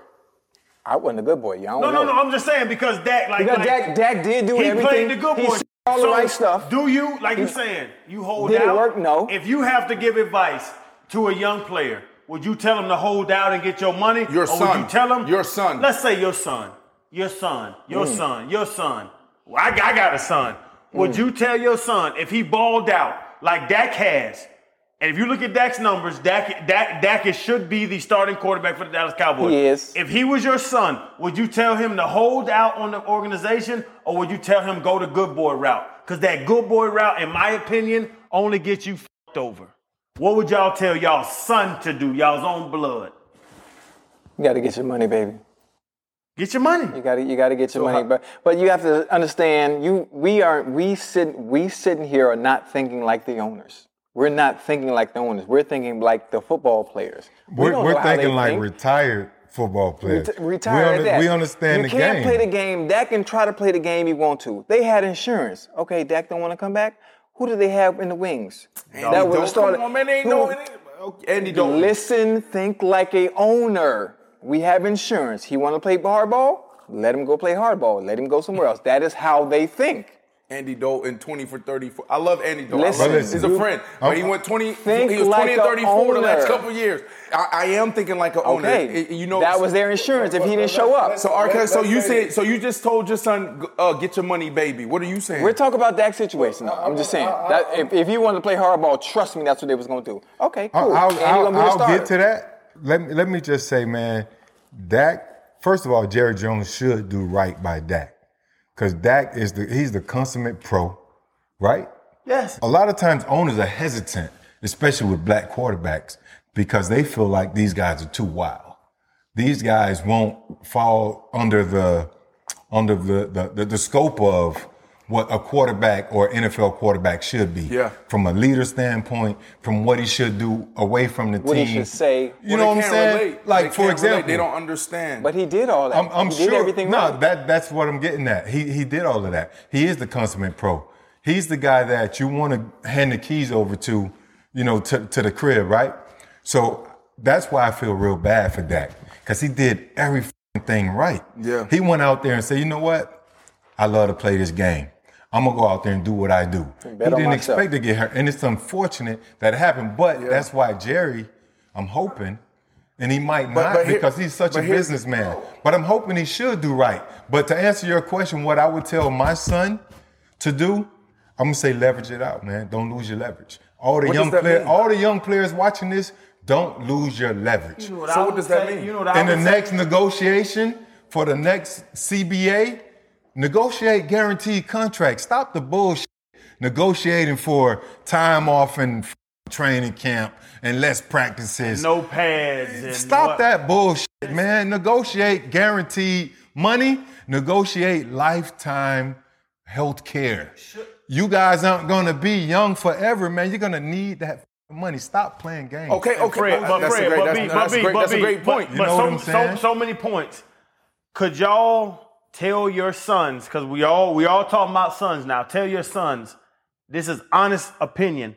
Speaker 3: I wasn't a good boy. Y'all
Speaker 2: No,
Speaker 3: don't know.
Speaker 2: no, no. I'm just saying because Dak, like,
Speaker 3: Because
Speaker 2: like
Speaker 3: Dak- Dak did do
Speaker 2: he
Speaker 3: everything.
Speaker 2: played the good
Speaker 3: He
Speaker 2: boy.
Speaker 3: said all the
Speaker 2: So,
Speaker 3: right stuff.
Speaker 2: Do you, like you saying, you hold
Speaker 3: Did it
Speaker 2: out?
Speaker 3: work? No.
Speaker 2: If you have to give advice to a young player, would you tell him to hold out and get your money?
Speaker 1: Your
Speaker 2: or Would
Speaker 1: son.
Speaker 2: you tell him
Speaker 1: Your son.
Speaker 2: Let's say your son, your son, your
Speaker 3: Mm.
Speaker 2: son, your son. Well, I, I got a son.
Speaker 3: Mm.
Speaker 2: Would you tell your son if he balled out like Dak has? And if you look at Dak's numbers, Dak, Dak, Dak is- should be the starting quarterback for the Dallas Cowboys.
Speaker 3: He is.
Speaker 2: If he was your son, would you tell him to hold out on the organization or would you tell him go the good boy route? Because that good boy route, in my opinion, only gets you fucked over. What would y'all tell y'all son to do, y'all's own blood?
Speaker 3: You got to get your money, baby.
Speaker 2: Get your money.
Speaker 3: You got to you got to get your money, but but you have to understand you we are we sit we sitting here are not thinking like the owners. We're not thinking like the owners. We're thinking like the football players. We
Speaker 5: We're,
Speaker 3: don't
Speaker 5: we're
Speaker 3: know how they
Speaker 5: thinking like
Speaker 3: think.
Speaker 5: retired football players.
Speaker 3: Reti-
Speaker 5: we,
Speaker 3: retire.
Speaker 5: under-
Speaker 3: at that.
Speaker 5: we understand
Speaker 3: you
Speaker 5: the
Speaker 3: can't
Speaker 5: game.
Speaker 3: play the game. Dak can try to play the game he want to. They had insurance. Okay, Dak don't want to come back. Who do they have in the wings? that
Speaker 1: Dalton,
Speaker 3: would've started-
Speaker 1: Come on, man. They ain't
Speaker 3: who-
Speaker 1: no, it ain't- okay, Andy Dalton.
Speaker 3: Listen, think like a owner. We have insurance. He want to play hardball? Let him go play hardball. Let him go somewhere else. That is how they think.
Speaker 1: Andy Dalton, 20 for 34. I love Andy Dalton.
Speaker 3: Listen,
Speaker 1: I love him. He's a
Speaker 5: you-
Speaker 1: friend. But he
Speaker 5: I'm-
Speaker 1: went 20,
Speaker 3: Think
Speaker 1: he was 20 and
Speaker 3: like a
Speaker 1: 34 the last
Speaker 3: owner.
Speaker 1: couple years. I, I am thinking like an owner.
Speaker 3: Okay,
Speaker 1: It- you know,
Speaker 3: that was their insurance if he didn't show up.
Speaker 1: So, uh, Arca, so you said, so you just told your son, uh, get your money, baby. What are you saying?
Speaker 3: We're talking about Dak's situation. though. I'm just saying that if, if you want to play hardball, trust me, that's what they was gonna do. Okay,
Speaker 5: I-
Speaker 3: cool.
Speaker 5: I'll,
Speaker 3: And he
Speaker 5: I'll-
Speaker 3: gonna be the
Speaker 5: I'll
Speaker 3: starter.
Speaker 5: get to that. Let me, let me just say, man, Dak, first of all, Jerry Jones should do right by Dak. Because Dak is the he's the consummate pro, right?
Speaker 2: Yes.
Speaker 5: A lot of times owners are hesitant, especially with black quarterbacks, because they feel like these guys are too wild. These guys won't fall under the under the the, the, the scope of what a quarterback or NFL quarterback should be.
Speaker 1: Yeah.
Speaker 5: From a leader standpoint, from what he should do away from the
Speaker 3: What he
Speaker 5: team.
Speaker 3: should say.
Speaker 1: Well,
Speaker 5: You know
Speaker 1: they
Speaker 5: what I'm
Speaker 1: can't
Speaker 5: saying?
Speaker 1: relate.
Speaker 5: Like
Speaker 1: They
Speaker 5: for
Speaker 1: can't relate.
Speaker 5: example,
Speaker 1: they don't understand.
Speaker 3: But he did all that.
Speaker 5: I'm, I'm
Speaker 3: he
Speaker 5: sure.
Speaker 3: did everything
Speaker 5: no,
Speaker 3: right.
Speaker 5: that that's what I'm getting at. He he did all of that. He is the consummate pro. He's the guy that you want to hand the keys over to, you know, to, to the crib, right? So that's why I feel real bad for Dak because he did every f***ing thing right.
Speaker 1: Yeah.
Speaker 5: He went out there and said, you know what? I love to play this game. I'm gonna go out there and do what I do. He
Speaker 3: bet on
Speaker 5: didn't
Speaker 3: myself.
Speaker 5: expect to get hurt, and it's unfortunate that it happened. But that's why Jerry, I'm hoping, and he might
Speaker 1: But-
Speaker 5: not
Speaker 1: but here-
Speaker 5: because he's such a
Speaker 1: but here-
Speaker 5: businessman. But I'm hoping he should do right. But to answer your question, what I would tell my son to do, I'm gonna say leverage it out, man. Don't lose your leverage. All the
Speaker 1: What does
Speaker 5: young
Speaker 1: that
Speaker 5: players,
Speaker 1: mean?
Speaker 5: all the young players watching this, don't lose your leverage.
Speaker 2: You know
Speaker 1: So
Speaker 2: I
Speaker 1: what
Speaker 2: would
Speaker 1: does that
Speaker 2: say?
Speaker 1: mean?
Speaker 2: You know what I
Speaker 5: In the
Speaker 2: would say?
Speaker 5: next negotiation for the next CBA, negotiate guaranteed contracts. Stop the bullshit negotiating for time off and f- training camp and less practices.
Speaker 2: no pads. And
Speaker 5: Stop
Speaker 2: what-
Speaker 5: that bullshit, man. Negotiate guaranteed money, negotiate lifetime health care. You guys aren't gonna be young forever, man. You're gonna need that money. Stop playing games.
Speaker 1: okay, okay. oh,
Speaker 2: Fred, but
Speaker 1: that's
Speaker 2: Fred,
Speaker 1: a great,
Speaker 2: but
Speaker 1: that's,
Speaker 2: B,
Speaker 1: no,
Speaker 2: but
Speaker 1: that's a
Speaker 2: B,
Speaker 1: great,
Speaker 2: but
Speaker 1: that's a
Speaker 2: B,
Speaker 1: great
Speaker 2: but-
Speaker 1: point.
Speaker 5: You
Speaker 2: But,
Speaker 5: know
Speaker 2: so,
Speaker 5: what I'm saying?
Speaker 2: So, so many points. Could y'all tell your sons? Because we all we all talking about sons now. Tell your sons. This is honest opinion.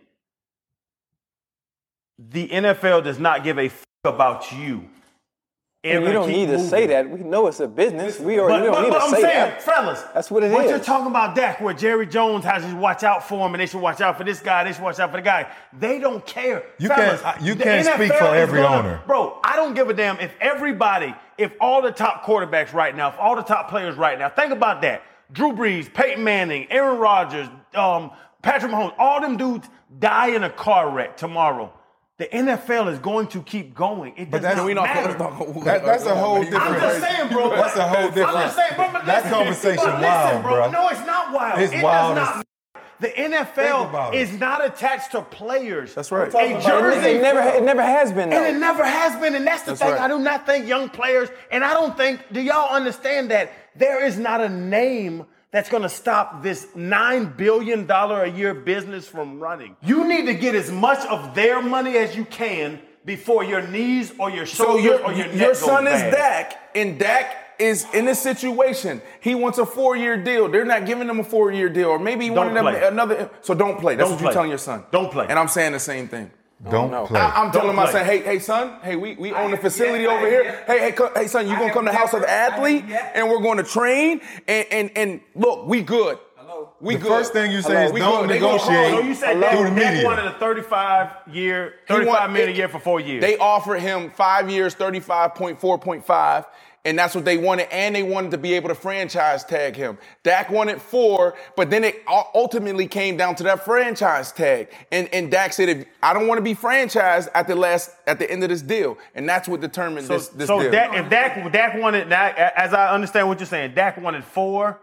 Speaker 2: The NFL does not give a f- about you. It
Speaker 3: And
Speaker 2: will
Speaker 3: you don't
Speaker 2: keep
Speaker 3: need to
Speaker 2: moving.
Speaker 3: say that. We know it's a business. We, are,
Speaker 2: But,
Speaker 3: we don't
Speaker 2: but-
Speaker 3: need
Speaker 2: but
Speaker 3: to
Speaker 2: I'm
Speaker 3: say
Speaker 2: saying,
Speaker 3: that.
Speaker 2: fellas,
Speaker 3: That's what it
Speaker 2: What you're
Speaker 3: is.
Speaker 2: talking about, Dak, where Jerry Jones has to watch out for him, and they should watch out for this guy, they should watch out for the guy. They don't care.
Speaker 5: You
Speaker 2: fellas,
Speaker 5: can't- you
Speaker 2: the
Speaker 5: can't speak
Speaker 2: NFL
Speaker 5: for
Speaker 2: is
Speaker 5: every
Speaker 2: gonna-
Speaker 5: owner.
Speaker 2: Bro, I don't give a damn if everybody, if all the top quarterbacks right now, if all the top players right now, think about that. Drew Brees, Peyton Manning, Aaron Rodgers, um, Patrick Mahomes, all them dudes die in a car wreck tomorrow. The NFL is going to keep going. It does
Speaker 5: that's-
Speaker 2: not
Speaker 5: we
Speaker 1: not-
Speaker 2: matter.
Speaker 1: let's not go-
Speaker 5: That- that's a whole
Speaker 1: I'm just
Speaker 5: different.
Speaker 2: I'm just saying, bro.
Speaker 5: That's a whole different.
Speaker 2: I'm just saying, bro. But
Speaker 5: that
Speaker 2: listen,
Speaker 5: conversation
Speaker 2: but listen,
Speaker 5: wild,
Speaker 2: bro.
Speaker 5: bro.
Speaker 2: No, it's not wild.
Speaker 5: It's
Speaker 2: it
Speaker 5: wild
Speaker 2: Does
Speaker 5: as
Speaker 2: not, the
Speaker 5: Think
Speaker 2: NFL
Speaker 5: about it.
Speaker 2: is not attached to players.
Speaker 1: That's right.
Speaker 2: A jersey
Speaker 3: It never, it never has been, though.
Speaker 2: and it never has been, and that's the
Speaker 1: That's
Speaker 2: thing.
Speaker 1: right.
Speaker 2: I do not think young players, and I don't think, do y'all understand that there is not a name that's gonna stop this $9 billion a year business from running? You need to get as much of their money as you can before your knees or your
Speaker 1: So
Speaker 2: shoulders
Speaker 1: your,
Speaker 2: or
Speaker 1: your,
Speaker 2: your neck goes
Speaker 1: son is
Speaker 2: bad.
Speaker 1: Dak, and Dak is in this situation. He wants a four-year deal. They're not giving him a four-year deal, or maybe he wanted them
Speaker 2: Don't play.
Speaker 1: another. So don't play. That's
Speaker 2: Don't
Speaker 1: what
Speaker 2: play.
Speaker 1: you're telling your son.
Speaker 2: Don't play.
Speaker 1: And I'm saying the same thing.
Speaker 5: Don't play.
Speaker 1: I, am
Speaker 2: Don't
Speaker 1: telling my
Speaker 2: play.
Speaker 1: son, hey, hey, son, hey, we, we own the
Speaker 6: have
Speaker 1: facility
Speaker 6: yet- I
Speaker 1: over
Speaker 6: have
Speaker 1: here.
Speaker 6: yet-
Speaker 1: Hey, hey, co- hey, son, you
Speaker 6: I
Speaker 1: gonna
Speaker 6: have
Speaker 1: come to House of the
Speaker 6: never- I have
Speaker 1: Athlete,
Speaker 6: yet-
Speaker 1: and we're going to train, and and and look, we good.
Speaker 6: Hello.
Speaker 1: We
Speaker 5: The
Speaker 1: good.
Speaker 5: first thing you say is
Speaker 1: we
Speaker 5: don't
Speaker 1: They gonna call-
Speaker 5: negotiate.
Speaker 2: So you said
Speaker 5: Hello? Through the
Speaker 2: that Dak
Speaker 5: media.
Speaker 2: wanted a 35 year,
Speaker 1: He want-
Speaker 2: 35 million a
Speaker 1: it-
Speaker 2: year for four years.
Speaker 1: They offered him five years, 35.4.5, and that's what they wanted. And they wanted to be able to franchise tag him. Dak wanted four, but then it u- ultimately came down to that franchise tag. And and Dak said, if I don't want to be franchised at the last at the end of this deal. And that's what determined
Speaker 2: so
Speaker 1: this, this
Speaker 2: so
Speaker 1: deal.
Speaker 2: Dak, if Dak, Dak wanted, now, a- as I understand what you're saying, Dak wanted four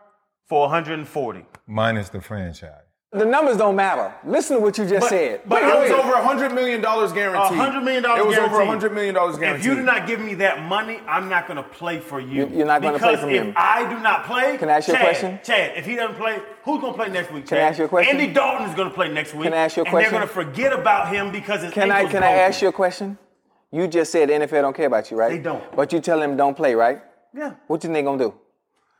Speaker 2: for 140.
Speaker 5: Minus the franchise.
Speaker 3: the numbers don't matter. Listen to what you just
Speaker 2: But-
Speaker 3: said.
Speaker 2: but
Speaker 1: it was
Speaker 2: wait.
Speaker 1: over $100 million guaranteed.
Speaker 2: $100 million
Speaker 1: It was
Speaker 2: guaranteed.
Speaker 1: over $100 million guaranteed.
Speaker 2: If you do not give me that money, I'm not going to play for
Speaker 3: You-
Speaker 2: you.
Speaker 3: you're not gonna play
Speaker 2: Because
Speaker 3: for me.
Speaker 2: if I do not play,
Speaker 3: Can I ask you a
Speaker 2: Chad,
Speaker 3: question?
Speaker 2: Chad, if he doesn't play, who's going to play next week?
Speaker 3: Can I
Speaker 2: Chad?
Speaker 3: ask you a question?
Speaker 2: Andy Dalton is going to play next week.
Speaker 3: Can I ask you a
Speaker 2: And
Speaker 3: question?
Speaker 2: they're going to forget about him because his
Speaker 3: Can I
Speaker 2: ankle's
Speaker 3: can I
Speaker 2: broken.
Speaker 3: ask you a question? You just said the NFL don't care about you, right?
Speaker 2: They don't.
Speaker 3: But you tell them don't play, right?
Speaker 2: Yeah.
Speaker 3: What you think they gonna do?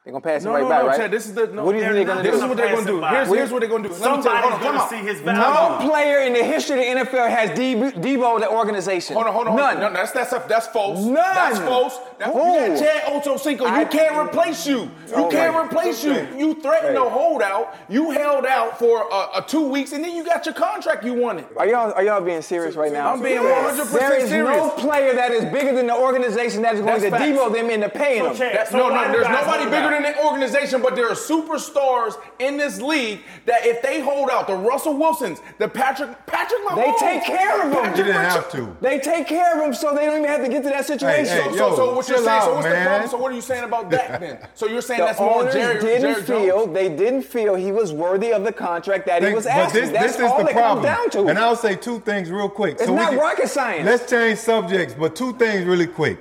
Speaker 3: They gonna pass
Speaker 1: No,
Speaker 3: him right
Speaker 1: no,
Speaker 3: by,
Speaker 1: no,
Speaker 3: right?
Speaker 1: Chad, this is the- no,
Speaker 3: what do you
Speaker 1: they're
Speaker 3: think they're
Speaker 1: not-
Speaker 3: gonna
Speaker 1: this
Speaker 3: do?
Speaker 1: is what they're gonna do. Here's- here's what they're gonna do. Let me tell you-
Speaker 2: Somebody's
Speaker 1: hold on,
Speaker 2: gonna
Speaker 1: come on.
Speaker 2: see his
Speaker 1: No,
Speaker 2: value.
Speaker 3: no player in the history of the NFL has de- devo the organization.
Speaker 1: Hold on, hold on, hold on.
Speaker 3: None.
Speaker 1: No, that's that's that's false.
Speaker 3: None.
Speaker 1: That's false. That's, you
Speaker 3: Who?
Speaker 1: got Chad Ochocinco. You
Speaker 3: I-
Speaker 1: can't replace you. You
Speaker 3: Oh my
Speaker 1: can't
Speaker 3: God.
Speaker 1: replace you. You threatened a holdout. You held out for uh, uh, two weeks, and then you got your contract you wanted.
Speaker 3: Are y'all are y'all being serious right now?
Speaker 1: I'm being 100%
Speaker 3: There is no
Speaker 1: serious.
Speaker 3: player that is bigger than the organization that is going
Speaker 1: That's
Speaker 3: to
Speaker 1: facts.
Speaker 3: devo them into paying them.
Speaker 2: Chad,
Speaker 1: That-
Speaker 2: so
Speaker 1: no,
Speaker 2: why
Speaker 1: no,
Speaker 2: do
Speaker 1: there's
Speaker 2: guys
Speaker 1: nobody
Speaker 2: hold
Speaker 1: bigger
Speaker 2: out?
Speaker 1: than the organization, but there are superstars in this league that if they hold out, the Russell Wilsons, the Patrick Patrick Mahomes,
Speaker 3: They take care of them.
Speaker 1: Patrick
Speaker 5: You didn't
Speaker 1: Mahomes.
Speaker 5: have to.
Speaker 3: They take care of them, so they don't even have to get to that situation.
Speaker 5: Hey,
Speaker 1: So,
Speaker 5: yo,
Speaker 1: so what you're
Speaker 5: chill
Speaker 1: saying? so
Speaker 5: out,
Speaker 1: what's
Speaker 5: man.
Speaker 1: the problem? So what are you saying about Dak then? So you're saying
Speaker 3: The
Speaker 1: that's more
Speaker 3: owners
Speaker 1: Jerry,
Speaker 3: didn't
Speaker 1: Jerry Jones?
Speaker 3: feel they didn't feel he was worthy of the contract that he
Speaker 5: Think-
Speaker 3: was asking. That's all it comes down to.
Speaker 5: And I'll say two things real quick.
Speaker 3: It's not rocket science.
Speaker 5: Let's change subjects, but two things really quick.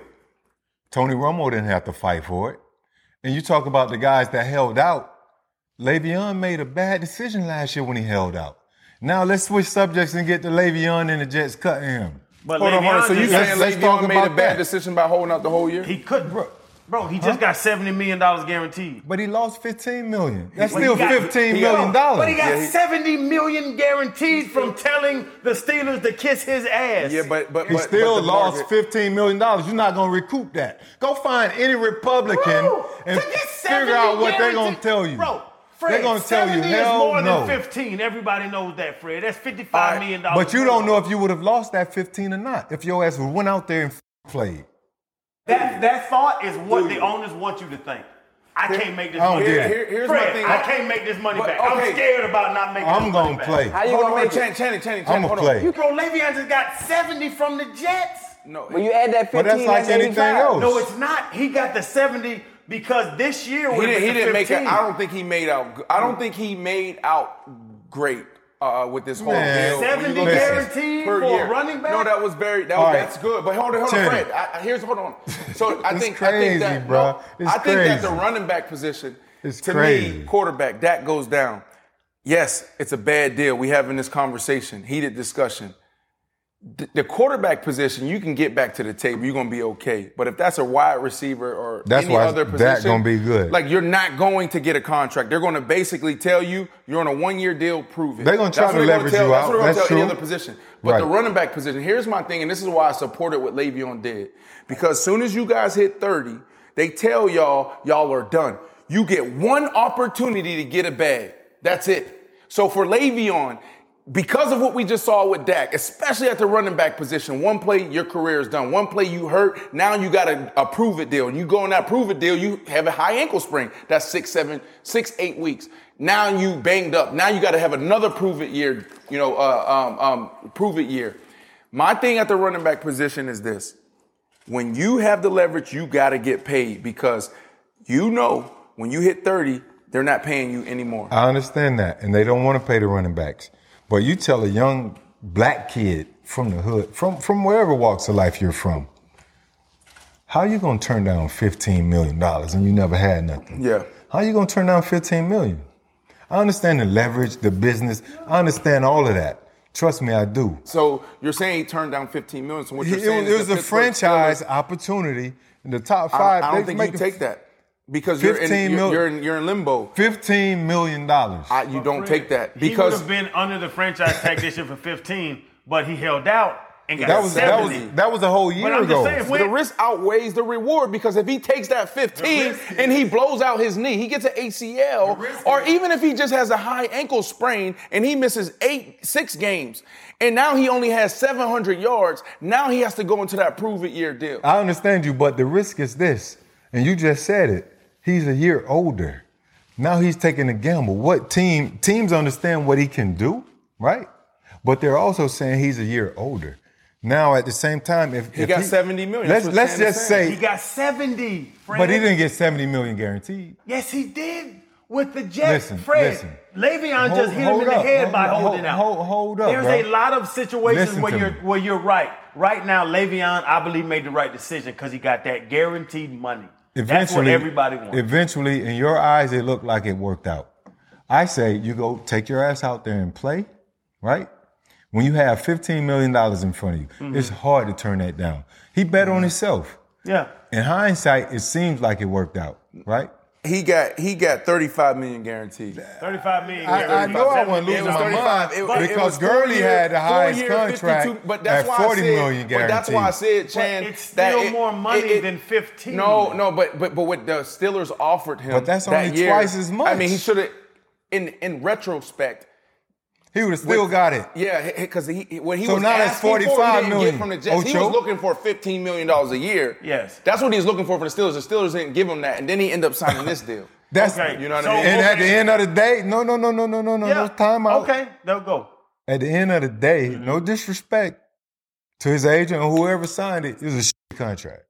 Speaker 5: Tony Romo didn't have to fight for it. And you talk about the guys that held out. Le'Veon made a bad decision last year when he held out. Now let's switch subjects and get to Le'Veon and the Jets cutting him.
Speaker 2: But
Speaker 1: Hold on, hold on. So you
Speaker 5: Let's-
Speaker 1: saying
Speaker 5: let's talk
Speaker 1: Le'Veon made a
Speaker 5: about
Speaker 1: bad
Speaker 5: that.
Speaker 1: decision by holding out the whole year?
Speaker 2: he could, bro. Bro, he just got seventy million dollars guaranteed.
Speaker 5: But he lost 15 million. That's
Speaker 2: But
Speaker 5: still
Speaker 2: he got-
Speaker 5: fifteen
Speaker 2: he-
Speaker 5: million dollars.
Speaker 2: But he got seventy million guaranteed from telling the Steelers to kiss his ass.
Speaker 1: yeah, but but
Speaker 5: He
Speaker 1: but,
Speaker 5: still
Speaker 1: but the
Speaker 5: lost
Speaker 1: market-
Speaker 5: fifteen million dollars. You're not gonna recoup that. Go find any Republican
Speaker 2: Bro,
Speaker 5: and
Speaker 2: to get
Speaker 5: figure out
Speaker 2: 70
Speaker 5: what they're gonna
Speaker 2: guaranteed-
Speaker 5: tell you.
Speaker 2: Bro, Fred,
Speaker 5: they're gonna tell you
Speaker 2: 70 is
Speaker 5: hell
Speaker 2: more
Speaker 5: no.
Speaker 2: than 15. Everybody knows that, Fred. That's fifty-five million dollars.
Speaker 5: But you don't know if you would have lost that fifteen or not if your ass would went out there and f- played.
Speaker 2: that that thought is what the owners want you to think. I can't make this
Speaker 5: I don't
Speaker 2: money
Speaker 5: get
Speaker 2: back.
Speaker 5: it.
Speaker 1: Here- here's my
Speaker 2: Fred,
Speaker 1: thing.
Speaker 2: I can't make this money
Speaker 1: But,
Speaker 2: back.
Speaker 1: okay.
Speaker 2: I'm scared about not making
Speaker 5: I'm
Speaker 2: this
Speaker 5: gonna
Speaker 2: money back.
Speaker 5: play.
Speaker 3: How you
Speaker 1: Hold on,
Speaker 3: gonna
Speaker 1: hold on,
Speaker 3: make it?
Speaker 1: Channing, Channing, Channing,
Speaker 5: I'm
Speaker 1: Channing.
Speaker 5: gonna
Speaker 1: Hold on.
Speaker 5: play.
Speaker 2: Bro, Le'Veon just got 70 from the Jets.
Speaker 1: No,
Speaker 3: When you add that
Speaker 5: But
Speaker 3: 15,
Speaker 5: that's like anything
Speaker 3: 85.
Speaker 5: else.
Speaker 2: No, it's not. He got the 70 because this year
Speaker 1: he
Speaker 2: would
Speaker 1: didn't, he didn't make it.
Speaker 2: it.
Speaker 1: I don't think he made out. g- I don't think he made out great uh, with this whole
Speaker 5: Man.
Speaker 1: deal.
Speaker 2: 70
Speaker 1: When you look at it
Speaker 2: guaranteed
Speaker 1: per
Speaker 2: for a running back?
Speaker 1: No, that was very. That
Speaker 5: All
Speaker 1: was,
Speaker 5: right.
Speaker 1: That's good. But hold on, hold on,
Speaker 5: Terry.
Speaker 1: Fred. I, I- here's hold on. So I
Speaker 5: It's
Speaker 1: think
Speaker 5: crazy,
Speaker 1: I think that,
Speaker 5: bro.
Speaker 1: no,
Speaker 5: It's
Speaker 1: I think that the
Speaker 5: crazy.
Speaker 1: running back position
Speaker 5: It's
Speaker 1: to
Speaker 5: crazy.
Speaker 1: me quarterback that goes down. Yes, it's a bad deal. We having this conversation, heated discussion. The- The quarterback position, you can get back to the table. You're gonna be okay. But if that's a wide receiver or
Speaker 5: That's
Speaker 1: any
Speaker 5: why
Speaker 1: other
Speaker 5: that
Speaker 1: position,
Speaker 5: gonna be good.
Speaker 1: Like you're not going to get a contract. They're gonna basically tell you you're on a one year deal. Prove it.
Speaker 5: They're gonna try
Speaker 1: That's
Speaker 5: to
Speaker 1: what they're
Speaker 5: leverage
Speaker 1: tell,
Speaker 5: you
Speaker 1: That's
Speaker 5: out.
Speaker 1: what they're gonna
Speaker 5: That's
Speaker 1: tell any
Speaker 5: true.
Speaker 1: other position. But the
Speaker 5: Right.
Speaker 1: running back position. Here's my thing, and this is why I supported what Le'Veon did because soon as you guys hit 30, they tell y'all y'all are done. You get one opportunity to get a bag. That's it. So for Le'Veon, because of what we just saw with Dak, especially at the running back position, one play your career is done. One play you hurt. Now you got a, a prove it deal. And you go on that prove it deal, you have a high ankle sprain. That's six, seven, six, eight weeks. Now you banged up. Now you got to have another prove it year. You know, uh, um, um, prove it year. My thing at the running back position is this when you have the leverage, you got to get paid because you know when you hit 30, they're not paying you anymore.
Speaker 5: I understand that, and they don't want to pay the running backs. But you tell a young black kid from the hood, from from wherever walks of life you're from, how you gonna turn down fifteen million dollars and you never had nothing?
Speaker 1: Yeah.
Speaker 5: How you gonna turn down fifteen million? I understand the leverage, the business. I understand all of that. Trust me, I do.
Speaker 1: So you're saying he turned down 15 million. So what
Speaker 5: It,
Speaker 1: you're saying
Speaker 5: it
Speaker 1: is
Speaker 5: was
Speaker 1: the
Speaker 5: a
Speaker 1: Pittsburgh
Speaker 5: franchise
Speaker 1: Steelers-
Speaker 5: opportunity. In the top
Speaker 1: I
Speaker 5: five,
Speaker 1: don't, I
Speaker 5: they
Speaker 1: don't think
Speaker 5: make
Speaker 1: you
Speaker 5: a-
Speaker 1: take that because you're in,
Speaker 5: 15
Speaker 1: you're,
Speaker 5: million.
Speaker 1: you're in you're in limbo.
Speaker 5: fifteen million dollars.
Speaker 1: I, you don't take that
Speaker 2: he would
Speaker 1: because
Speaker 2: have been under the franchise tag this year for 15, but he held out and got
Speaker 5: That was that
Speaker 2: 70.
Speaker 5: was that was a whole year
Speaker 2: I'm just
Speaker 5: ago.
Speaker 2: saying,
Speaker 1: the risk outweighs the reward because if he takes that 15 and he blows out his knee, he gets an ACL, or even if he just has a high ankle sprain and he misses eight, six games, and now he only has 700 yards, now he has to go into that prove it year deal.
Speaker 5: I understand you, but the risk is this, and you just said it. He's a year older. Now he's taking a gamble. What team teams understand what he can do, right? But they're also saying he's a year older. Now at the same time, if he
Speaker 1: got 70 million. That's
Speaker 5: let's
Speaker 1: what
Speaker 5: let's
Speaker 1: Stan is
Speaker 5: just
Speaker 1: saying.
Speaker 2: he
Speaker 5: say,
Speaker 2: got 70, Fred.
Speaker 5: but he didn't get seventy million guaranteed.
Speaker 2: Yes, he did. With the Jets,
Speaker 5: Listen,
Speaker 2: Fred,
Speaker 5: listen.
Speaker 2: Le'Veon
Speaker 5: Hold-
Speaker 2: just hit him
Speaker 5: hold
Speaker 2: in the
Speaker 5: up.
Speaker 2: head
Speaker 5: Hold-
Speaker 2: by
Speaker 5: hold-
Speaker 2: holding out.
Speaker 5: hold- hold up,
Speaker 2: There's
Speaker 5: bro.
Speaker 2: a lot of situations
Speaker 5: Listen
Speaker 2: where
Speaker 5: to
Speaker 2: you're
Speaker 5: me.
Speaker 2: where you're right. Right now, Le'Veon, I believe, made the right decision because he got that guaranteed money. That's what everybody wants.
Speaker 5: Eventually, in your eyes, it looked like it worked out. I say you go take your ass out there and play, right? When you have $15 million in front of you,
Speaker 2: Mm-hmm.
Speaker 5: it's hard to turn that down. He bet on himself.
Speaker 2: yeah.
Speaker 5: In hindsight, it seems like it worked out, right?
Speaker 1: He got he got 35 million guaranteed.
Speaker 2: 35 million.
Speaker 5: I, I know I wasn't
Speaker 1: It
Speaker 5: losing
Speaker 1: was
Speaker 5: my
Speaker 1: 35.
Speaker 5: mind
Speaker 1: It was- it
Speaker 5: because
Speaker 1: was four
Speaker 5: Gurley
Speaker 1: year-
Speaker 5: had the
Speaker 1: four
Speaker 5: highest
Speaker 1: year, 52
Speaker 5: contract
Speaker 1: but that's
Speaker 5: at
Speaker 1: why I
Speaker 5: forty
Speaker 1: said-
Speaker 5: million
Speaker 1: But
Speaker 5: guaranteed.
Speaker 1: that's why I said, Chan,
Speaker 2: it's
Speaker 1: that
Speaker 2: still more money than 15.
Speaker 1: No, no, but but but what the Steelers offered him,
Speaker 5: But that's
Speaker 1: that
Speaker 5: only
Speaker 1: year,
Speaker 5: twice as
Speaker 1: I
Speaker 5: much.
Speaker 1: mean, he should have. In in retrospect,
Speaker 5: He would have still
Speaker 1: with-
Speaker 5: got it.
Speaker 1: Yeah, because he, he when he
Speaker 5: So
Speaker 1: was
Speaker 5: now that's
Speaker 1: asking for, he didn't
Speaker 5: 45
Speaker 1: get
Speaker 5: million.
Speaker 1: from the Jets. He
Speaker 5: Ocho?
Speaker 1: was looking for 15 million dollars a year.
Speaker 2: Yes.
Speaker 1: that's what he was looking for for the Steelers. The Steelers didn't give him that, and then he ended up signing this deal.
Speaker 5: That's
Speaker 2: Okay,
Speaker 1: You know what
Speaker 2: so
Speaker 1: I mean?
Speaker 5: And at the
Speaker 2: okay.
Speaker 5: end of the day, no, no, no, no, no, no, no,
Speaker 2: Yeah.
Speaker 5: no timeout.
Speaker 2: Okay, Mm-hmm. they'll go.
Speaker 5: at the end of the day, no disrespect to his agent or whoever signed it, it was a shit contract.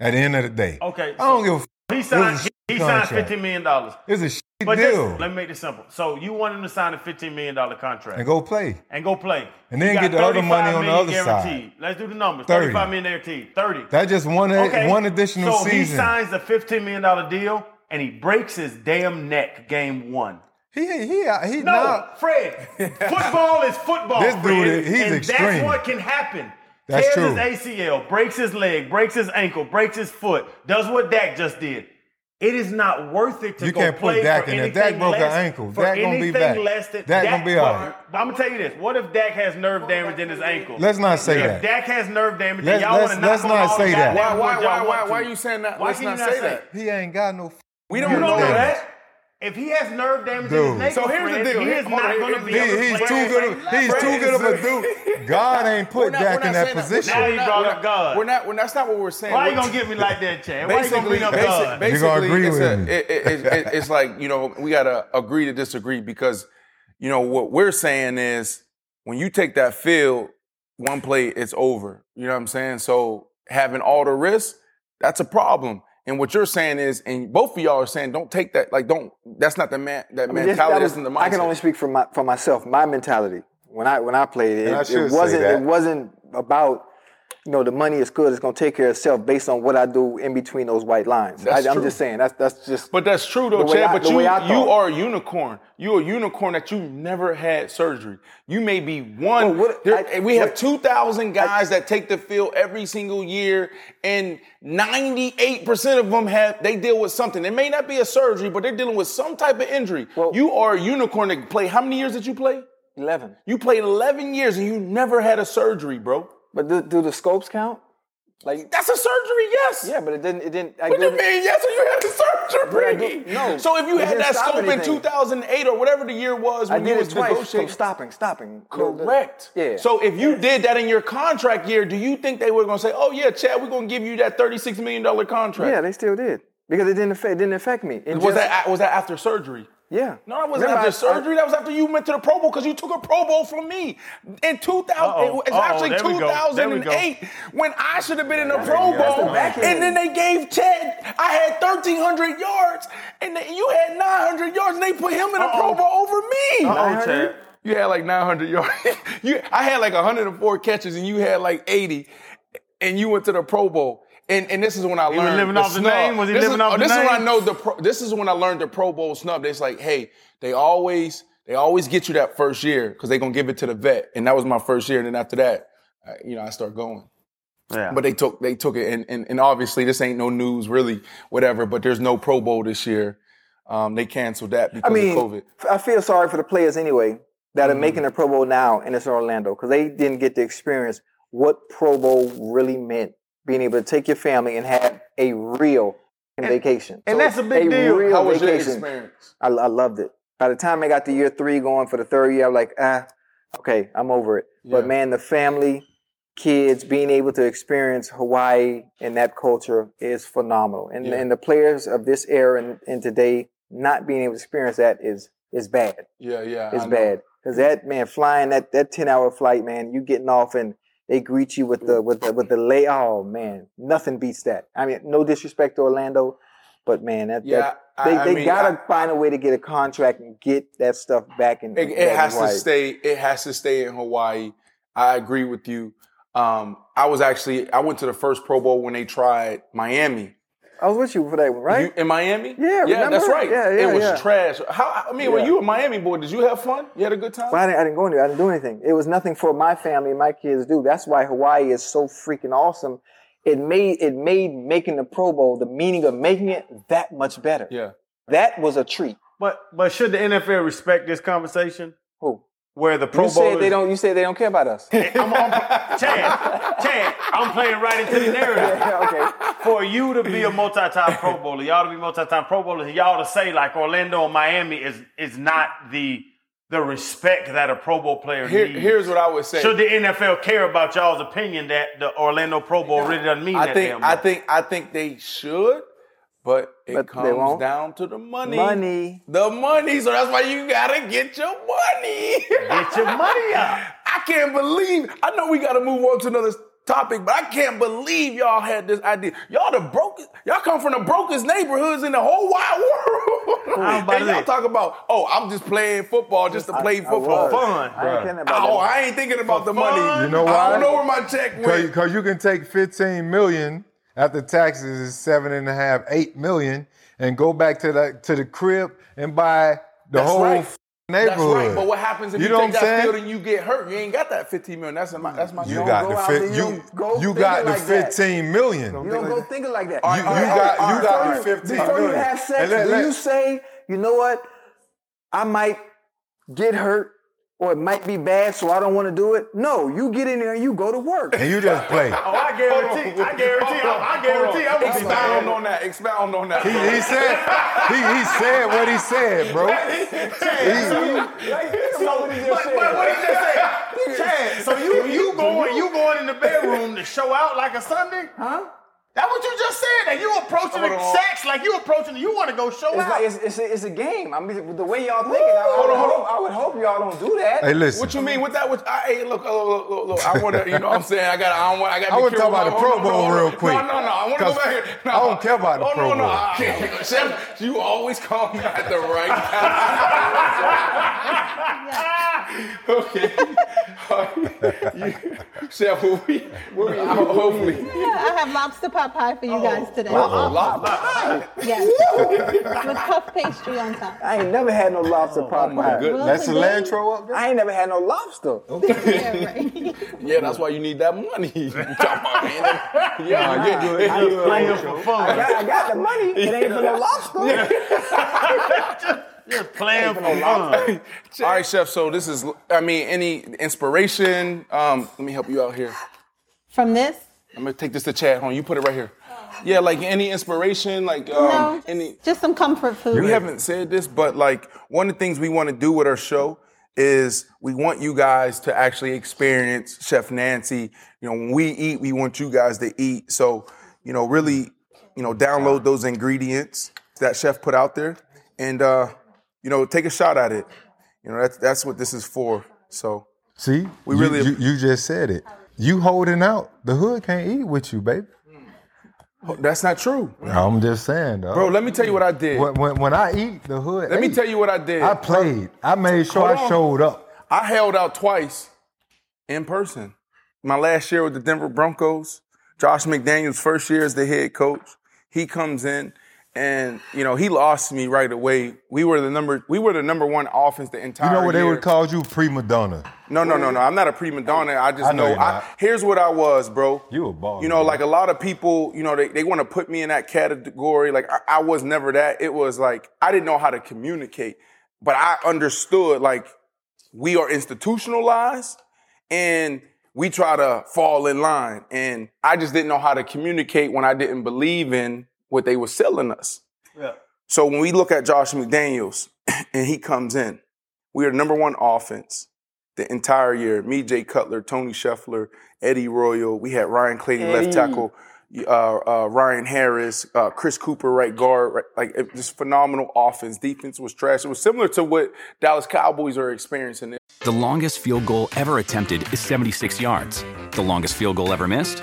Speaker 5: At the end of the day,
Speaker 2: Okay,
Speaker 5: I don't give a. F-
Speaker 2: He signed,
Speaker 5: It was a
Speaker 2: he, he signed
Speaker 5: contract.
Speaker 2: $15 million. But
Speaker 5: it's a shit
Speaker 2: this-
Speaker 5: deal,
Speaker 2: let me make this simple. So you want him to sign a $15 million contract.
Speaker 5: and go play.
Speaker 2: and go play.
Speaker 5: And then
Speaker 2: You
Speaker 5: get
Speaker 2: got
Speaker 5: the other
Speaker 2: 35
Speaker 5: money on the
Speaker 2: million
Speaker 5: other side.
Speaker 2: guaranteed. Let's do the numbers.
Speaker 5: 30.
Speaker 2: 35 million guaranteed. 30.
Speaker 5: That's just e, one one additional
Speaker 2: so he
Speaker 5: season.
Speaker 2: signs a $15 million deal. and he breaks his damn neck game one.
Speaker 5: He he uh, he
Speaker 2: No,
Speaker 5: not.
Speaker 2: Fred. Football is football.
Speaker 5: This dude
Speaker 2: Fred,
Speaker 5: is- he's
Speaker 2: and
Speaker 5: extreme.
Speaker 2: That's what can happen.
Speaker 5: That's true.
Speaker 2: Tears his ACL, breaks his leg, breaks his ankle, breaks his foot, does what Dak just did. It is not worth it to
Speaker 5: You
Speaker 2: go
Speaker 5: can't put
Speaker 2: play
Speaker 5: Dak
Speaker 2: for
Speaker 5: in there.
Speaker 2: anything
Speaker 5: Dak broke an
Speaker 2: less,
Speaker 5: ankle.
Speaker 2: For
Speaker 5: Dak gonna be
Speaker 2: anything
Speaker 5: back.
Speaker 2: less than
Speaker 5: Dak gonna be
Speaker 2: but-
Speaker 5: all right.
Speaker 2: But I'm gonna tell you this: What if Dak has nerve damage in his ankle?
Speaker 5: Let's not say
Speaker 2: if
Speaker 5: that.
Speaker 2: Dak has nerve damage,
Speaker 5: Let's-
Speaker 2: then y'all
Speaker 5: let's-
Speaker 2: want to knock
Speaker 5: let's
Speaker 2: on
Speaker 5: not
Speaker 2: all the
Speaker 5: say that.
Speaker 2: goddamn
Speaker 1: Why-
Speaker 2: boards
Speaker 1: why-
Speaker 2: y'all
Speaker 1: why-
Speaker 2: want
Speaker 1: why
Speaker 2: to.
Speaker 1: you saying that?
Speaker 2: Why
Speaker 1: Let's
Speaker 2: can you
Speaker 1: not say that.
Speaker 5: He ain't got no. f-
Speaker 1: We
Speaker 2: You
Speaker 1: don't
Speaker 2: don't know
Speaker 1: know that.
Speaker 2: that. If he has nerve damage in
Speaker 5: Dude.
Speaker 2: his ankle,
Speaker 1: So here's the
Speaker 2: Fred,
Speaker 1: deal.
Speaker 2: he is
Speaker 1: Hold on,
Speaker 2: not
Speaker 1: here-
Speaker 2: going to
Speaker 1: here-
Speaker 2: be
Speaker 5: He,
Speaker 2: able to
Speaker 5: he's
Speaker 2: play
Speaker 5: too
Speaker 2: at the
Speaker 5: good.
Speaker 2: same
Speaker 5: Of,
Speaker 2: level.
Speaker 5: he's too good of a dude. God ain't put
Speaker 1: not-
Speaker 5: Dak in that
Speaker 1: saying We're
Speaker 5: position.
Speaker 1: not-
Speaker 2: Now you
Speaker 1: we're
Speaker 2: brought
Speaker 1: not-
Speaker 2: up God.
Speaker 1: We're not. We're not. That's not what we're saying.
Speaker 2: Why
Speaker 1: We're-
Speaker 2: you gonna get me like that, Chad? Why you
Speaker 1: Basically,
Speaker 2: gonna bring up
Speaker 1: basi-
Speaker 2: God?
Speaker 5: You gonna
Speaker 1: basically,
Speaker 5: agree
Speaker 1: it's,
Speaker 5: with
Speaker 1: a,
Speaker 5: me.
Speaker 1: it- it- it's, it- it's like you know we gotta agree to disagree because you know what we're saying is when you take that field, one play it's over. You know what I'm saying? So having all the risks, that's a problem. And what you're saying is, and both of y'all are saying, don't take that. Like, don't. That's not the man. That
Speaker 3: mean,
Speaker 1: mentality.
Speaker 3: just- that was-
Speaker 1: isn't the mindset.
Speaker 3: I can only speak for my for myself, my mentality. When I when I played it,
Speaker 5: And I
Speaker 3: it,
Speaker 5: should say
Speaker 3: wasn't
Speaker 5: that.
Speaker 3: it wasn't about you know the money is good, it's gonna take care of itself based on what I do in between those white lines.
Speaker 1: That's
Speaker 3: I, I'm
Speaker 1: true.
Speaker 3: just saying that's that's just
Speaker 1: But that's true though,
Speaker 3: The way
Speaker 1: Chad.
Speaker 3: I-
Speaker 1: but
Speaker 3: the
Speaker 1: you
Speaker 3: way I
Speaker 1: you
Speaker 3: thought.
Speaker 1: are a unicorn. You're a unicorn that you never had surgery. You may be one.
Speaker 3: Well, what-
Speaker 1: there-
Speaker 3: I-
Speaker 1: we have
Speaker 3: what-
Speaker 1: two thousand guys that take the field every single year, and ninety eight percent of them have they deal with something. It may not be a surgery, but they're dealing with some type of injury.
Speaker 3: Well-
Speaker 1: you are a unicorn that play. How many years did you play?
Speaker 3: eleven.
Speaker 1: You played eleven years and you never had a surgery, bro.
Speaker 3: But do, do the scopes count? Like
Speaker 1: That's a surgery, yes.
Speaker 3: yeah, but it didn't it didn't I
Speaker 1: What do you
Speaker 3: didn't-
Speaker 1: mean? Yes, or you had
Speaker 3: But
Speaker 1: the
Speaker 3: I
Speaker 1: surgery.
Speaker 3: do- no.
Speaker 1: So if you
Speaker 3: It
Speaker 1: had
Speaker 3: didn't
Speaker 1: that
Speaker 3: stop
Speaker 1: scope in
Speaker 3: anything.
Speaker 1: 2008 or whatever the year was
Speaker 3: I
Speaker 1: when you
Speaker 3: did
Speaker 1: was
Speaker 3: it twice from
Speaker 1: negotiating-
Speaker 3: stopping, stopping. The- the-
Speaker 1: Correct.
Speaker 3: Yeah.
Speaker 1: So if you did that in your contract year, do you think they were going to say, "Oh yeah, Chad, we're going to give you that thirty-six million dollar contract"?
Speaker 3: yeah, they still did because it didn't affect it didn't affect me. It
Speaker 1: Was
Speaker 3: just-
Speaker 1: that was that after surgery?
Speaker 3: yeah?
Speaker 1: No, that wasn't
Speaker 3: Remember,
Speaker 1: after
Speaker 3: I-
Speaker 1: surgery. that was after you went to the Pro Bowl because you took a Pro Bowl from me in 2000.
Speaker 2: Uh-oh,
Speaker 1: It's
Speaker 2: uh-oh,
Speaker 1: actually
Speaker 2: there we go, there we go.
Speaker 1: 2008 when I should have been in the Pro
Speaker 3: that's the
Speaker 1: Bowl,
Speaker 3: back end.
Speaker 1: and then they gave Ted. I had 1,300 yards, and then you had 900 yards, and they put him in the
Speaker 2: Uh-oh.
Speaker 1: Pro Bowl over me.
Speaker 2: Uh-oh, Chad.
Speaker 1: You had like 900 yards. you, I had like 104 catches, and you had like 80, and you went to the Pro Bowl. And, and this is when I
Speaker 2: was
Speaker 1: learned
Speaker 2: living
Speaker 1: the
Speaker 2: off the
Speaker 1: snub.
Speaker 2: name? Was he
Speaker 1: this
Speaker 2: living
Speaker 1: is, oh,
Speaker 2: off the
Speaker 1: this is when I
Speaker 2: name?
Speaker 1: know the. Pro, this is when I learned the Pro Bowl snub. It's like, hey, they always they always get you that first year because they gonna give it to the vet, and that was my first year. And then after that, I, you know, I start going.
Speaker 2: Yeah.
Speaker 1: But they took they took it, and, and and obviously this ain't no news really, whatever. But there's no Pro Bowl this year. Um, they canceled that
Speaker 3: I
Speaker 1: because
Speaker 3: mean,
Speaker 1: of COVID.
Speaker 3: f- I feel sorry for the players anyway that are making the Pro Bowl now and it's in Orlando because they didn't get to experience what Pro Bowl really meant. Being able to take your family and have a real vacation.
Speaker 2: and that's a big deal.
Speaker 3: real
Speaker 1: How was your
Speaker 3: vacation.
Speaker 1: experience?
Speaker 3: I, I loved it. By the time I got to year three, going for the third year, I'm like, ah, okay, I'm over it.
Speaker 1: Yeah.
Speaker 3: But man, the family, kids, being able to experience Hawaii and that culture is phenomenal. And
Speaker 1: Yeah.
Speaker 3: and the players of this era and, and today not being able to experience that is is bad.
Speaker 1: Yeah, yeah,
Speaker 3: It's
Speaker 1: I know.
Speaker 3: bad because that man flying that that ten hour flight, man, you getting off and they greet you with the with the with the lay. Oh man, nothing beats that. I mean, no disrespect to Orlando, but man, that,
Speaker 1: Yeah,
Speaker 3: that
Speaker 1: I-
Speaker 3: they,
Speaker 1: I
Speaker 3: they
Speaker 1: mean,
Speaker 3: gotta
Speaker 1: I-
Speaker 3: find a way to get a contract and get that stuff back in.
Speaker 1: It, it
Speaker 3: back in
Speaker 1: has to
Speaker 3: Hawaii.
Speaker 1: stay. It has to stay in Hawaii. I agree with you. Um, I was actually I went to the first Pro Bowl when they tried Miami.
Speaker 3: I was with you for that one, right?
Speaker 1: You, in Miami?
Speaker 3: Yeah,
Speaker 1: yeah, that's
Speaker 3: remember?
Speaker 1: right.
Speaker 3: Yeah, yeah,
Speaker 1: it was
Speaker 3: yeah.
Speaker 1: trash. How I mean, when
Speaker 3: Yeah.
Speaker 1: you were a Miami boy, did you have fun? You had a good time?
Speaker 3: Well, I didn't, I didn't go anywhere. I didn't do anything. It was nothing for my family and my kids to do. That's why Hawaii is so freaking awesome. It made it made making the Pro Bowl, the meaning of making it that much better.
Speaker 1: Yeah.
Speaker 3: That was a treat.
Speaker 2: but but should the NFL respect this conversation
Speaker 3: Who?
Speaker 2: where the Pro
Speaker 3: you
Speaker 2: Bowl
Speaker 3: said they
Speaker 2: is-
Speaker 3: don't. You said they don't care about us. yeah,
Speaker 2: I'm, I'm, Chad, Chad, I'm playing right into the narrative.
Speaker 3: okay.
Speaker 2: For you to be a multi-time Pro Bowler, y'all to be multi-time Pro Bowlers, and y'all to say like Orlando and Miami is is not the the respect that a Pro Bowl player
Speaker 1: Here,
Speaker 2: needs.
Speaker 1: here's what I would say.
Speaker 2: should the NFL care about y'all's opinion that the Orlando Pro Bowl really doesn't mean
Speaker 1: I
Speaker 2: that
Speaker 1: think
Speaker 2: damn
Speaker 1: I
Speaker 2: much?
Speaker 1: think I think they should, but it
Speaker 3: But they
Speaker 1: comes
Speaker 3: won't.
Speaker 1: down to the money.
Speaker 3: Money.
Speaker 1: The money. So that's why you gotta get your money.
Speaker 2: Get your money up.
Speaker 1: I can't believe. I know we got to move on to another topic, but I can't believe y'all had this idea. Y'all the broke. Y'all come from the brokest neighborhoods in the whole wide world.
Speaker 2: How about
Speaker 1: and y'all
Speaker 2: that?
Speaker 1: talk about, oh, I'm just playing football just to play football.
Speaker 3: was.
Speaker 2: Fun.
Speaker 3: I ain't kidding about
Speaker 1: Oh,
Speaker 3: that.
Speaker 1: I ain't thinking about the
Speaker 2: fun.
Speaker 1: money.
Speaker 2: You
Speaker 5: know
Speaker 1: I
Speaker 5: why?
Speaker 1: don't know where my check went.
Speaker 5: Because you can take 15 million after taxes is seven and a half, eight million, and go back to the to the crib and buy the
Speaker 1: That's
Speaker 5: whole
Speaker 1: right.
Speaker 5: f-
Speaker 1: That's
Speaker 5: neighborhood.
Speaker 1: right. But what happens if
Speaker 5: You
Speaker 1: you,
Speaker 5: know
Speaker 1: take
Speaker 5: what I'm
Speaker 1: that
Speaker 5: saying?
Speaker 1: field and you get hurt? You ain't got that 15 million. That's my that's my
Speaker 5: you
Speaker 1: don't
Speaker 5: got
Speaker 1: go
Speaker 5: the
Speaker 1: out
Speaker 5: fi-
Speaker 1: there,
Speaker 3: you
Speaker 5: you
Speaker 3: don't go
Speaker 5: you
Speaker 3: thinking
Speaker 5: got the
Speaker 3: like that.
Speaker 5: fifteen million.
Speaker 3: You don't go thinking like that.
Speaker 5: You- you got- you got the 15
Speaker 3: Before you
Speaker 5: million.
Speaker 3: have sex,
Speaker 5: And let-
Speaker 3: do
Speaker 5: let-
Speaker 3: you say, you know what? I might get hurt or it might be bad, so I don't want to do it. No, you get in there and you go to work.
Speaker 5: and you just play.
Speaker 2: Oh, I guarantee. I guarantee. I, I guarantee. I'm gonna be down
Speaker 1: Expound on that. Expound on that.
Speaker 5: He, he said he, he said what he said, bro.
Speaker 2: But, but what did you just say? Chad, so you you going you going in the bedroom to show out like a Sunday? Huh? That's what you just said. That you approaching the
Speaker 1: on.
Speaker 2: sex like you approaching. You want to go show
Speaker 3: It's,
Speaker 2: out.
Speaker 3: like, it's, it's, a, it's a game. I mean, the way y'all thinking, I, I, would hope, I would hope y'all don't do that.
Speaker 5: Hey, listen.
Speaker 1: What you mean with that? What, I, hey, look, look, look, look, look, I want to, you know what I'm saying? I got to, I don't want, I got to
Speaker 5: I wanna talk about the Pro Bowl real quick.
Speaker 1: No, no, no. I want to go
Speaker 5: 'Cause
Speaker 1: back here. No,
Speaker 5: I don't care about the
Speaker 1: oh,
Speaker 5: Pro
Speaker 1: no, no,
Speaker 5: Bowl.
Speaker 1: I- Chef, you always call me at the right time. okay. You- Chef, will we, will we out, hopefully.
Speaker 6: I have lobster pot pie for you
Speaker 1: Oh,
Speaker 6: guys today. Yes. With puff pastry on top.
Speaker 3: I ain't never had no
Speaker 5: oh,
Speaker 3: lobster pot pie.
Speaker 1: goodness.
Speaker 5: That's
Speaker 6: Well,
Speaker 5: cilantro up there.
Speaker 3: I ain't never had no lobster.
Speaker 5: Oh
Speaker 6: Yeah, right.
Speaker 1: Yeah, that's why you need that money. yeah, get good.
Speaker 2: Just playing for
Speaker 3: I
Speaker 2: fun.
Speaker 3: got, I got the money. It ain't for no lobster.
Speaker 2: Just playing for fun.
Speaker 1: All right, chef. So this is, I mean, any inspiration? Um, let me help you out here.
Speaker 6: From this?
Speaker 1: I'm gonna take this to Chad home. You put it right here. Yeah, like any inspiration, like um,
Speaker 6: no. just-
Speaker 1: any.
Speaker 6: just some comfort food.
Speaker 1: We haven't said this, but like one of the things we want to do with our show is we want you guys to actually experience Chef Nancy. You know, when we eat, we want you guys to eat. So, you know, really, you know, download those ingredients that Chef put out there, and uh, you know, take a shot at it. You know, that's that's what this is for. So,
Speaker 5: See, we you,
Speaker 1: really-
Speaker 5: you, you just said it. You holding out. The hood can't eat with you, baby.
Speaker 1: that's not true,
Speaker 5: I'm just saying, though.
Speaker 1: bro. Let me tell you what I did.
Speaker 5: when, when, when I eat, the hood.
Speaker 1: Let me
Speaker 5: ate.
Speaker 1: tell you what I did.
Speaker 5: I played. I made sure
Speaker 1: Hold
Speaker 5: I
Speaker 1: on.
Speaker 5: showed up.
Speaker 1: I held out twice in person. My last year with the Denver Broncos, Josh McDaniels' first year as the head coach, he comes in and you know he lost me right away. We were the number we were the number one offense the entire.
Speaker 5: You know what they
Speaker 1: year.
Speaker 5: would call you, prima donna.
Speaker 1: No, no, no, no. I'm not a prima donna. I just
Speaker 5: I know
Speaker 1: know.
Speaker 5: you're
Speaker 1: I,
Speaker 5: not.
Speaker 1: here's what I was, bro.
Speaker 5: You a baller,
Speaker 1: You know,
Speaker 5: bro.
Speaker 1: like a lot of people, you know, they, they want to put me in that category. Like I, I was never that. It was like I didn't know how to communicate, but I understood like we are institutionalized and we try to fall in line. And I just didn't know how to communicate when I didn't believe in what they were selling us.
Speaker 2: Yeah.
Speaker 1: So when we look at Josh McDaniels and he comes in, we are number one offense the entire year. Me, Jay Cutler, Tony Scheffler, Eddie Royal. We had Ryan Clady left tackle, uh, uh, Ryan Harris, uh, Chris Cooper right guard. Right, like it- just phenomenal offense. Defense was trash. It was similar to what Dallas Cowboys are experiencing.
Speaker 7: The longest field goal ever attempted is 76 yards. The longest field goal ever missed?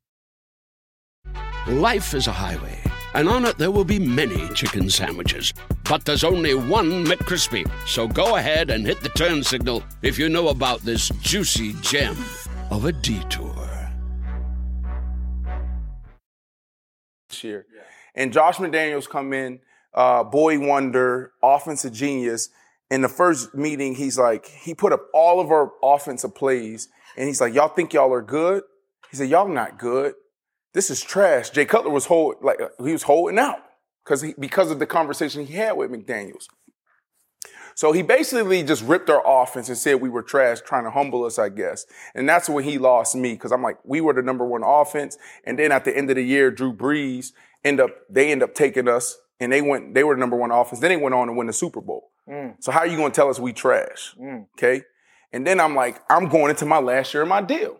Speaker 8: Life is a highway, and on it there will be many chicken sandwiches. But there's only one McCrispy, so go ahead and hit the turn signal if you know about this juicy gem of a detour.
Speaker 1: this year. And Josh McDaniels come in, uh, boy wonder, offensive genius. In the first meeting, he's like, he put up all of our offensive plays, and he's like, y'all think y'all are good? He said, y'all not good. This is trash. Jay Cutler was hold like uh, he was holding out because he, because of the conversation he had with McDaniels. So he basically just ripped our offense and said we were trash, trying to humble us, I guess. And that's when he lost me because I'm like, we were the number one offense. And then at the end of the year, Drew Brees end up they end up taking us, and they went they were the number one offense. Then they went on to win the Super Bowl. So how are you going to tell us we trash? Okay. And then I'm like, I'm going into my last year of my deal.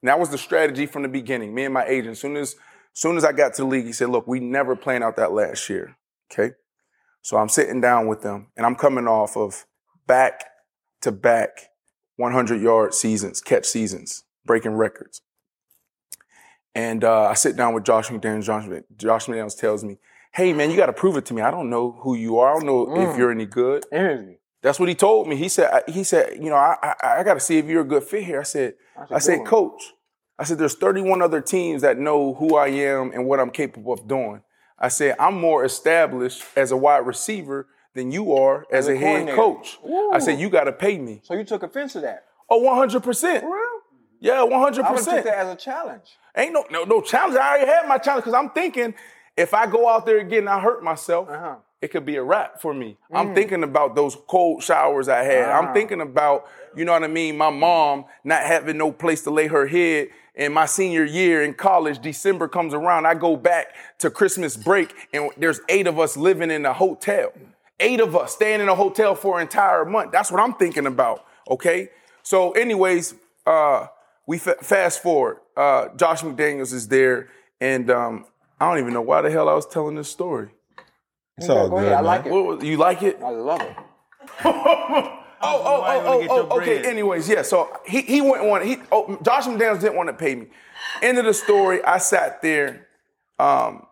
Speaker 1: And that was the strategy from the beginning. Me and my agent, soon as soon as I got to the league, he said, look, we never plan out that last year. Okay. So I'm sitting down with them and I'm coming off of back to back 100 yard seasons, catch seasons, breaking records. And uh, I sit down with Josh McDaniels. Josh, Mc- Josh McDaniels tells me, hey, man, you got to prove it to me. I don't know who you are. I don't know if you're any good.
Speaker 3: Energy.
Speaker 1: That's what he told me. He said, I- he said, you know, I, I, I got to see if you're a good fit here. I said, I said, coach, I said, there's 31 other teams that know who I am and what I'm capable of doing. I said, I'm more established as a wide receiver than you are as, a head
Speaker 3: coordinator.
Speaker 1: coach. I said, you got to pay me.
Speaker 3: So you took offense to that?
Speaker 1: Oh, 100%. Yeah, 100%.
Speaker 3: I would take that as a challenge.
Speaker 1: Ain't no no no challenge. I already had my challenge because I'm thinking if I go out there again and I hurt myself, it could be a wrap for me. I'm thinking about those cold showers I had. I'm thinking about you know what I mean. My mom not having no place to lay her head. In my senior year in college, December comes around. I go back to Christmas break, and there's eight of us living in a hotel. Eight of us staying in a hotel for an entire month. That's what I'm thinking about. Okay. So, anyways, uh, we fa- fast forward. Uh, Josh McDaniels is there, and um, I don't even know why the hell I was telling this story.
Speaker 5: It's
Speaker 1: Oh,
Speaker 5: all
Speaker 3: Go ahead.
Speaker 5: good.
Speaker 3: I
Speaker 5: man.
Speaker 3: like it.
Speaker 1: What was, you like it?
Speaker 3: I love it.
Speaker 1: Oh, oh,
Speaker 2: Why you wanna
Speaker 1: oh,
Speaker 2: get
Speaker 1: oh,
Speaker 2: your
Speaker 1: oh okay.
Speaker 2: bread?
Speaker 1: Anyways, yeah. So he he wouldn't want he oh Josh McDaniels didn't want to pay me. End of the story. I sat there, um,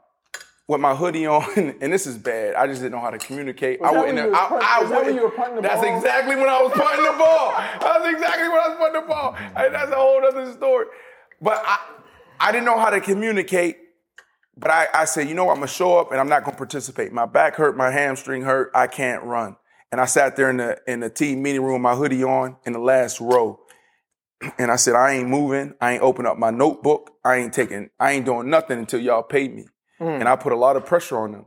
Speaker 1: with my hoodie on, and this is bad. I just didn't know how to communicate. I
Speaker 3: that
Speaker 1: wouldn't.
Speaker 3: when you
Speaker 1: I,
Speaker 3: were punt-
Speaker 1: I
Speaker 3: was that when
Speaker 1: wouldn't-
Speaker 3: you were punting the
Speaker 1: That's
Speaker 3: ball?
Speaker 1: exactly when I was punting the ball. That's exactly when I was punting the ball. And that's a whole other story. But I I didn't know how to communicate. But I, I said, you know, what? I'm gonna show up and I'm not gonna participate. My back hurt, my hamstring hurt, I can't run. And I sat there in the in the team meeting room, my hoodie on, in the last row. And I said, I ain't moving, I ain't open up my notebook, I ain't taking, I ain't doing nothing until y'all pay me. And I put a lot of pressure on them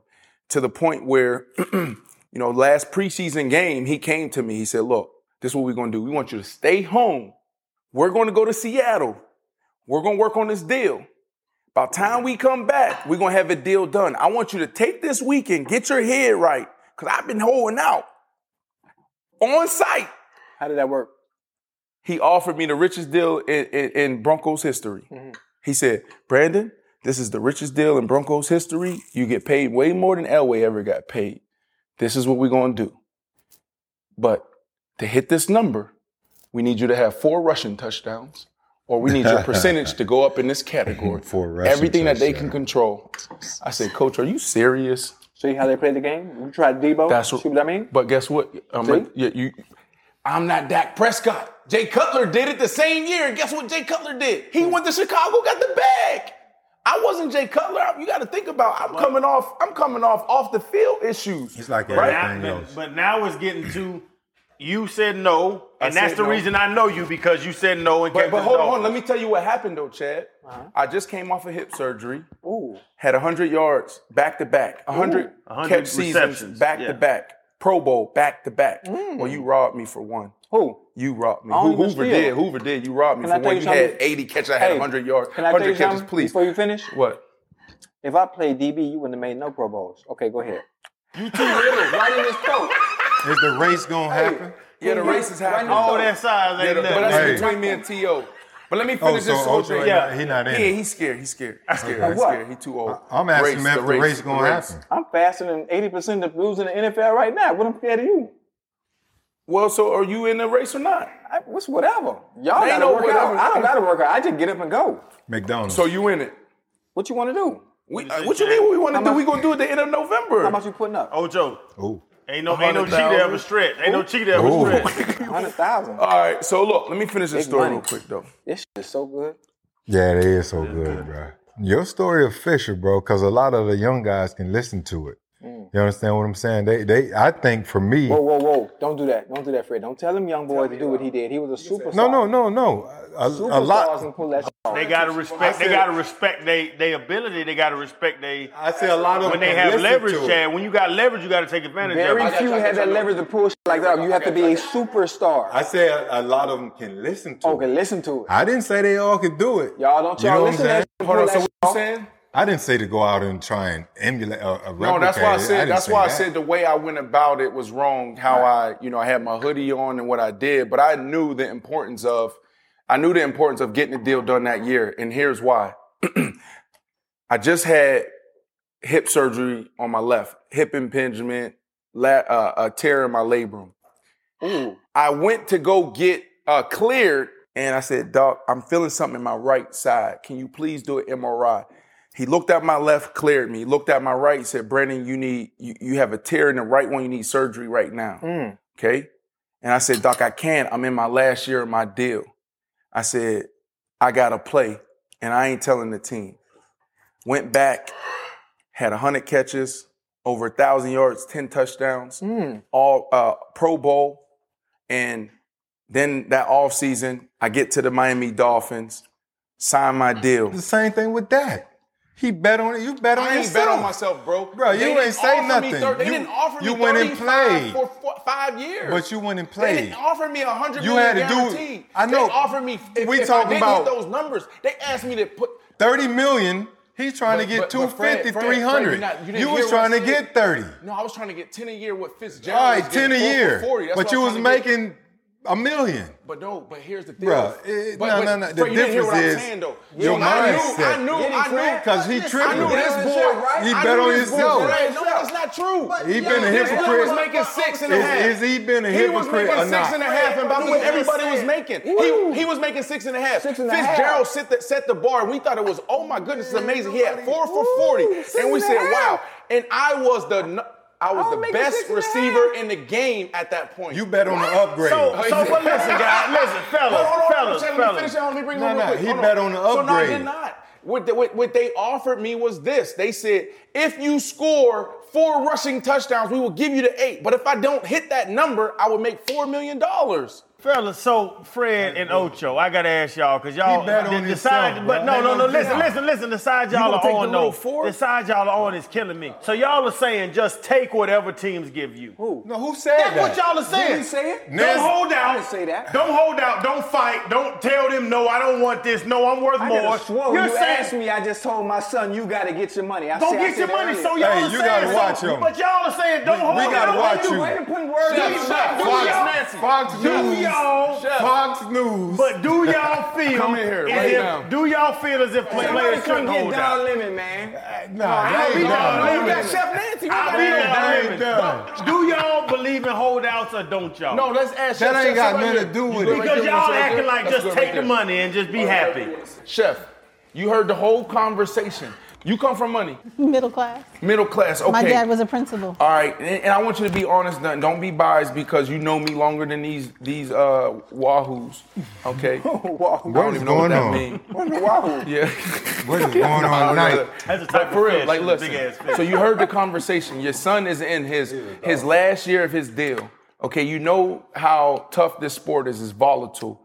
Speaker 1: to the point where, you know, last preseason game, he came to me. He said, Look, this is what we're gonna do. We want you to stay home. We're gonna go to Seattle. We're gonna work on this deal. By the time we come back, we're gonna have a deal done. I want you to take this weekend, get your head right, because I've been holding out. On site,
Speaker 3: How did that work?
Speaker 1: he offered me the richest deal in, in, in Broncos history. He said, Brandon, this is the richest deal in Broncos history. You get paid way more than Elway ever got paid. This is what we're gonna do. But to hit this number, we need you to have four rushing touchdowns, or we need your percentage to go up in this category.
Speaker 5: Four rushing
Speaker 1: Everything that they can
Speaker 5: touchdowns.
Speaker 1: control. I said, Coach, are you serious?
Speaker 3: See how they played the game? You tried Debo.
Speaker 1: That's
Speaker 3: See Oh, what I mean?
Speaker 1: But guess what? I'm,
Speaker 3: See?
Speaker 1: yeah, you, I'm not Dak Prescott. Jay Cutler did it the same year. And guess what Jay Cutler did?
Speaker 3: Hmm.
Speaker 1: He went to Chicago, got the bag. I wasn't Jay Cutler. I- You got to think about. I'm coming off. I'm coming off off the field issues.
Speaker 5: It's like
Speaker 2: Now-
Speaker 5: everything else.
Speaker 2: but, but now it's getting to you said no,
Speaker 1: I
Speaker 2: and that's
Speaker 1: said
Speaker 2: the
Speaker 1: no.
Speaker 2: reason I know you because you said no and
Speaker 1: But,
Speaker 2: kept
Speaker 1: but
Speaker 2: it
Speaker 1: hold
Speaker 2: off.
Speaker 1: on. Let me tell you what happened though, Chad.
Speaker 3: Uh-huh.
Speaker 1: I just came off of hip surgery.
Speaker 3: Ooh.
Speaker 1: Had 100 yards back to back. 100,
Speaker 2: 100
Speaker 1: catch seasons
Speaker 2: receptions,
Speaker 1: back
Speaker 2: yeah.
Speaker 1: to back. Pro Bowl back to back.
Speaker 3: Hmm.
Speaker 1: Well, you robbed me for one.
Speaker 3: Who?
Speaker 1: You robbed me.
Speaker 3: I don't
Speaker 1: Who-
Speaker 3: even
Speaker 1: Hoover
Speaker 3: steal.
Speaker 1: did. Hoover did. You robbed me
Speaker 3: Can I
Speaker 1: for
Speaker 3: tell
Speaker 1: one.
Speaker 3: you
Speaker 1: You, had
Speaker 3: something?
Speaker 1: 80 catches. I had
Speaker 3: Hey,
Speaker 1: 100 yards.
Speaker 3: Can I tell
Speaker 1: 100
Speaker 3: you
Speaker 1: catches,
Speaker 3: something
Speaker 1: please.
Speaker 3: before you finish?
Speaker 1: What?
Speaker 3: If I played DB, you wouldn't have made no Pro Bowls. Okay, go ahead.
Speaker 1: Right in his throat.
Speaker 5: Is the race gonna happen?
Speaker 1: Yeah, the race is happening.
Speaker 2: all that size
Speaker 1: Yeah,
Speaker 2: ain't
Speaker 1: the- but
Speaker 2: nothing.
Speaker 1: that's
Speaker 5: Hey.
Speaker 1: between me and T.O. But let me finish
Speaker 5: Oh,
Speaker 1: this
Speaker 5: so
Speaker 1: whole
Speaker 5: okay,
Speaker 1: thing.
Speaker 5: yeah, he not in.
Speaker 1: Yeah,
Speaker 5: it.
Speaker 1: he's scared. He's scared. He's scared. He's
Speaker 3: What?
Speaker 1: scared. He's too old.
Speaker 5: I'm asking
Speaker 1: Race,
Speaker 5: him if
Speaker 1: the
Speaker 5: the
Speaker 1: race,
Speaker 5: race,
Speaker 1: the
Speaker 5: gonna
Speaker 1: race.
Speaker 5: happen.
Speaker 3: I'm faster than 80% of dudes in the NFL right now. What I'm scared of you.
Speaker 1: Well, so are you in the race or not?
Speaker 3: I, what's whatever. Y'all
Speaker 1: They
Speaker 3: gotta
Speaker 1: know
Speaker 3: work
Speaker 1: whatever.
Speaker 3: out. I don't gotta work out. I just get up and go.
Speaker 5: McDonald's.
Speaker 1: So you in it?
Speaker 3: What you wanna do?
Speaker 1: We, uh, what you mean? What we want to do? We gonna do it at the end of November.
Speaker 3: How much you putting
Speaker 1: Oh.
Speaker 3: up?
Speaker 2: Ojo.
Speaker 5: Ooh.
Speaker 2: Ain't no, ain't no cheater
Speaker 1: 100,000.
Speaker 2: ever stretch. Ain't no cheater ever stretch.
Speaker 3: Hundred thousand.
Speaker 1: All right, so look, let me finish this
Speaker 3: Big
Speaker 1: story
Speaker 3: money.
Speaker 1: real quick though.
Speaker 3: This shit is so good.
Speaker 5: Yeah, it is so good, bro. Your story of Fisher, bro, because a lot of the young guys can listen to it.
Speaker 1: Mm.
Speaker 5: You understand what I'm saying? They, they. I think for me,
Speaker 3: Whoa, whoa, whoa! Don't do that. Don't do that, Fred. Don't tell him young boy to
Speaker 1: uh,
Speaker 3: do what he did. He was a superstar.
Speaker 5: no, no, no, no. A, a
Speaker 3: Superstars
Speaker 5: lot.
Speaker 3: and pull that shit off.
Speaker 2: They gotta respect. They gotta respect they they ability. They gotta respect they.
Speaker 5: I see a lot of
Speaker 2: When they have leverage, Chad. When you got leverage, you gotta take advantage of
Speaker 3: Very
Speaker 2: it.
Speaker 3: few have that leverage to pull shit like that. off. You have to be a superstar.
Speaker 5: I say a, a lot of them can listen to.
Speaker 3: Okay,
Speaker 5: it.
Speaker 3: listen to it.
Speaker 5: I didn't say they all could do it.
Speaker 3: Y'all don't
Speaker 5: You
Speaker 3: y'all
Speaker 5: know what I'm
Speaker 3: listen to that.
Speaker 5: saying?
Speaker 3: shit and
Speaker 1: Hold
Speaker 3: pull
Speaker 1: on,
Speaker 3: that
Speaker 1: so what
Speaker 3: shit
Speaker 1: you
Speaker 3: off.
Speaker 1: saying?
Speaker 5: I didn't say to go out and try and emulate. Uh, uh,
Speaker 1: No, that's why I
Speaker 5: replicate it.
Speaker 1: said
Speaker 5: didn't
Speaker 1: that's
Speaker 5: say
Speaker 1: why I
Speaker 5: that.
Speaker 1: said the way I went about it was wrong. How I, you know, I had my hoodie on and what I did, but I knew the importance of I knew the importance of getting the deal done that year, and here's why. I just had hip surgery on my left, hip impingement, la- uh, a tear in my labrum. Ooh. I went to go get uh, cleared, and I said, "Doc, I'm feeling something in my right side. Can you please do an MRI?" He looked at my left, cleared me. He looked at my right, said, "Brandon, you need you, you have a tear in the right one. You need surgery right now." Okay, and I said, "Doc, I can't. I'm in my last year of my deal." I said, "I gotta play, and I ain't telling the team." Went back, had hundred catches, over a thousand yards, ten touchdowns, all uh, Pro Bowl, and then that off season, I get to the Miami Dolphins, sign my deal.
Speaker 5: the same thing with that. He bet on it. You bet on
Speaker 1: I ain't
Speaker 5: yourself.
Speaker 1: bet on myself, bro.
Speaker 5: Bro, you
Speaker 1: They
Speaker 5: ain't
Speaker 1: didn't
Speaker 5: say
Speaker 1: offer me
Speaker 5: nothing.
Speaker 1: thir- they
Speaker 5: You-
Speaker 1: didn't offer me
Speaker 5: you went and
Speaker 1: 35
Speaker 5: played.
Speaker 1: for four- five years.
Speaker 5: But you went and
Speaker 1: They
Speaker 5: played.
Speaker 1: didn't offer me a hundred.
Speaker 5: You
Speaker 1: million
Speaker 5: had to do it.
Speaker 1: guaranteed.
Speaker 5: I know.
Speaker 1: They offered me. If,
Speaker 5: We
Speaker 1: if
Speaker 5: talking
Speaker 1: I didn't
Speaker 5: about-
Speaker 1: hit those numbers. They asked me to put.
Speaker 5: Thirty million. He's trying to
Speaker 1: But-
Speaker 5: get
Speaker 1: but- but
Speaker 5: 250,
Speaker 1: Fred, Fred,
Speaker 5: 300.
Speaker 1: Fred, you're not- you didn't
Speaker 5: you
Speaker 1: hear
Speaker 5: was
Speaker 1: what
Speaker 5: trying
Speaker 1: I
Speaker 5: to
Speaker 1: said.
Speaker 5: get thirty.
Speaker 1: No, I was trying to get ten a year with Fitzgerald.
Speaker 5: All right,
Speaker 1: was getting
Speaker 5: ten a
Speaker 1: four for
Speaker 5: year.
Speaker 1: 40. That's
Speaker 5: But
Speaker 1: what
Speaker 5: you
Speaker 1: I
Speaker 5: was
Speaker 1: trying to get.
Speaker 5: making a million.
Speaker 1: But no, but here's the thing,
Speaker 5: Bruh, it-
Speaker 1: but,
Speaker 5: no,
Speaker 1: but,
Speaker 5: no, no, the
Speaker 1: Fred, you didn't hear what
Speaker 5: difference
Speaker 1: I'm
Speaker 5: is
Speaker 1: saying, though.
Speaker 5: your
Speaker 1: So I knew,
Speaker 5: mindset.
Speaker 1: I
Speaker 5: Getting
Speaker 1: knew, I knew,
Speaker 5: Fred, 'cause he
Speaker 1: Listen, I
Speaker 5: tripping.
Speaker 1: knew this
Speaker 5: He
Speaker 1: boy.
Speaker 5: bet
Speaker 1: I knew
Speaker 5: on
Speaker 1: this boy,
Speaker 5: himself.
Speaker 1: Fred. No, that's not true.
Speaker 5: He been a
Speaker 1: This boy was
Speaker 5: hypocrite.
Speaker 1: making six and a half.
Speaker 5: Is, is he been a
Speaker 1: He was
Speaker 5: hypocrite
Speaker 1: making
Speaker 5: or
Speaker 1: six
Speaker 5: not?
Speaker 1: and a half, and about
Speaker 3: Look
Speaker 1: what
Speaker 3: what he
Speaker 1: everybody was
Speaker 3: said.
Speaker 1: making.
Speaker 3: Woo.
Speaker 1: He, he was making six and a half.
Speaker 3: Six and a half.
Speaker 1: Fitzgerald Set, the, set the bar, and we thought it was, oh my goodness, it's amazing. He had four for
Speaker 3: Woo,
Speaker 1: forty,
Speaker 3: six
Speaker 1: and we
Speaker 3: and a
Speaker 1: said,
Speaker 3: half.
Speaker 1: wow. And I was the n- I was
Speaker 3: I was
Speaker 1: the
Speaker 3: making
Speaker 1: best
Speaker 3: six and a half.
Speaker 1: receiver in the game at that point.
Speaker 5: You bet on the upgrade.
Speaker 2: So, so but listen, guys, listen, fellas,
Speaker 1: Hold on, hold on,
Speaker 2: fellas,
Speaker 1: Chad, let me finish
Speaker 2: fellas.
Speaker 1: that. Let me bring it
Speaker 5: No,
Speaker 1: on real
Speaker 5: no,
Speaker 1: quick.
Speaker 5: he
Speaker 1: Hold
Speaker 5: bet on the
Speaker 1: So no, I
Speaker 5: upgrade.
Speaker 1: did not. What, the, what, what they offered me was this. They said, if you score four rushing touchdowns, we will give you the eight. But if I don't hit that number, I will make four million dollars.
Speaker 2: Fellas, so Fred and Ocho, I gotta ask y'all, cause y'all
Speaker 5: He bet on
Speaker 2: the side,
Speaker 5: himself,
Speaker 2: but
Speaker 5: bro.
Speaker 2: no, no, no,
Speaker 5: They
Speaker 2: listen,
Speaker 5: gonna-
Speaker 2: listen, listen, the side
Speaker 1: gonna
Speaker 2: y'all are
Speaker 1: take the
Speaker 2: on
Speaker 1: little
Speaker 2: though.
Speaker 1: four?
Speaker 2: The side y'all are on is killing me. So y'all are saying just take whatever teams give you.
Speaker 5: No, who said
Speaker 2: That's
Speaker 5: that?
Speaker 2: what y'all are saying.
Speaker 3: Did he say it?
Speaker 5: Nas-
Speaker 2: Don't hold out.
Speaker 3: didn't say that.
Speaker 2: Don't hold out. Don't fight. Don't tell them no. I don't want this. No, I'm worth
Speaker 3: I could
Speaker 2: more.
Speaker 3: have swore you
Speaker 2: saying-
Speaker 3: asked me. I just told my son, you got to get your money. I
Speaker 2: Go
Speaker 3: said, I
Speaker 2: get
Speaker 3: said
Speaker 2: your
Speaker 3: it
Speaker 2: money.
Speaker 3: earlier.
Speaker 2: So y'all
Speaker 5: Hey,
Speaker 2: are
Speaker 5: you
Speaker 2: saying
Speaker 5: gotta watch
Speaker 2: so-
Speaker 5: him.
Speaker 2: But y'all are saying don't hold
Speaker 5: we gotta
Speaker 2: out.
Speaker 5: watch
Speaker 3: You
Speaker 5: you.
Speaker 3: ain't putting words
Speaker 1: Shut
Speaker 3: in my
Speaker 1: up, shut up.
Speaker 3: mouth.
Speaker 1: Who
Speaker 5: Fox,
Speaker 1: y'all-
Speaker 5: Fox
Speaker 2: Do
Speaker 5: News.
Speaker 2: y'all-
Speaker 5: Fox News.
Speaker 2: But do y'all feel?
Speaker 1: Come in here
Speaker 2: as
Speaker 1: right
Speaker 2: if-
Speaker 1: now.
Speaker 2: Do y'all feel as if
Speaker 3: Somebody
Speaker 2: players
Speaker 3: come
Speaker 2: shouldn't
Speaker 3: get
Speaker 2: hold
Speaker 3: Don
Speaker 2: out?
Speaker 3: Lemon, man.
Speaker 5: no,
Speaker 3: I
Speaker 5: that
Speaker 3: be
Speaker 5: ain't
Speaker 3: down
Speaker 5: done.
Speaker 3: limit.
Speaker 1: We got Chef Nancy. We
Speaker 2: I
Speaker 1: got
Speaker 2: mean,
Speaker 1: Chef
Speaker 2: that
Speaker 5: That
Speaker 1: Nancy.
Speaker 5: ain't
Speaker 2: ain't
Speaker 5: done.
Speaker 2: Do y'all believe in holdouts or don't y'all?
Speaker 1: No, let's ask Chef.
Speaker 5: That ain't
Speaker 1: Chef,
Speaker 5: got
Speaker 1: right
Speaker 5: nothing
Speaker 1: here.
Speaker 5: to do
Speaker 1: You
Speaker 5: with
Speaker 1: good
Speaker 5: it.
Speaker 1: right
Speaker 2: because
Speaker 1: there,
Speaker 2: y'all
Speaker 1: right there?
Speaker 2: acting like
Speaker 1: That's
Speaker 2: just
Speaker 1: good
Speaker 2: take
Speaker 1: right
Speaker 2: the
Speaker 1: there.
Speaker 2: money and just be happy.
Speaker 1: Chef, you heard the whole conversation. You come from money,
Speaker 6: Middle class.
Speaker 1: middle class. Okay.
Speaker 6: My dad was a principal.
Speaker 1: All right, and, and I want you to be honest. Don't, don't be biased because you know me longer than these these uh, wahoos. Okay,
Speaker 3: Wahoo.
Speaker 1: I don't even know what
Speaker 5: going
Speaker 1: that
Speaker 5: on?
Speaker 1: means.
Speaker 3: Wahoo.
Speaker 1: Yeah,
Speaker 5: What is going on tonight?
Speaker 2: That's a type
Speaker 1: But for
Speaker 2: of
Speaker 1: real,
Speaker 2: fish,
Speaker 1: like
Speaker 2: a
Speaker 1: listen.
Speaker 2: big-ass fish.
Speaker 1: So you heard the conversation. Your son is in his his last year of his deal. Okay, you know how tough this sport is. It's volatile.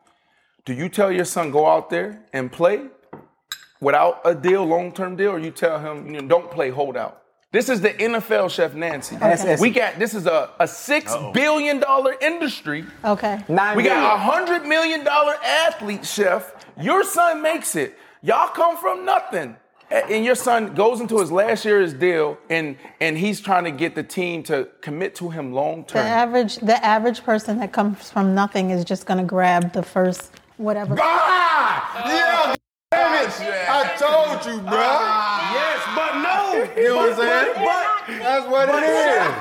Speaker 1: Do you tell your son go out there and play without a deal, long term deal, or you tell him you know, don't play, hold out? This is the NFL, Chef Nancy.
Speaker 3: SS.
Speaker 1: We got this is a, a six billion dollar industry.
Speaker 6: Okay.
Speaker 3: Nine
Speaker 1: We got
Speaker 3: million.
Speaker 1: a hundred million dollar athlete, Chef. Your son makes it. Y'all come from nothing. A- And your son goes into his last year year's deal, and and he's trying to get the team to commit to him long
Speaker 6: The
Speaker 1: term.
Speaker 6: average the average person that comes from nothing is just gonna grab the first whatever.
Speaker 5: Ah! Yeah, damn it. I told you, bro.
Speaker 2: Yes, but no.
Speaker 5: you know what I'm
Speaker 2: Ah, But-
Speaker 5: saying?
Speaker 2: but-
Speaker 5: That's what it is.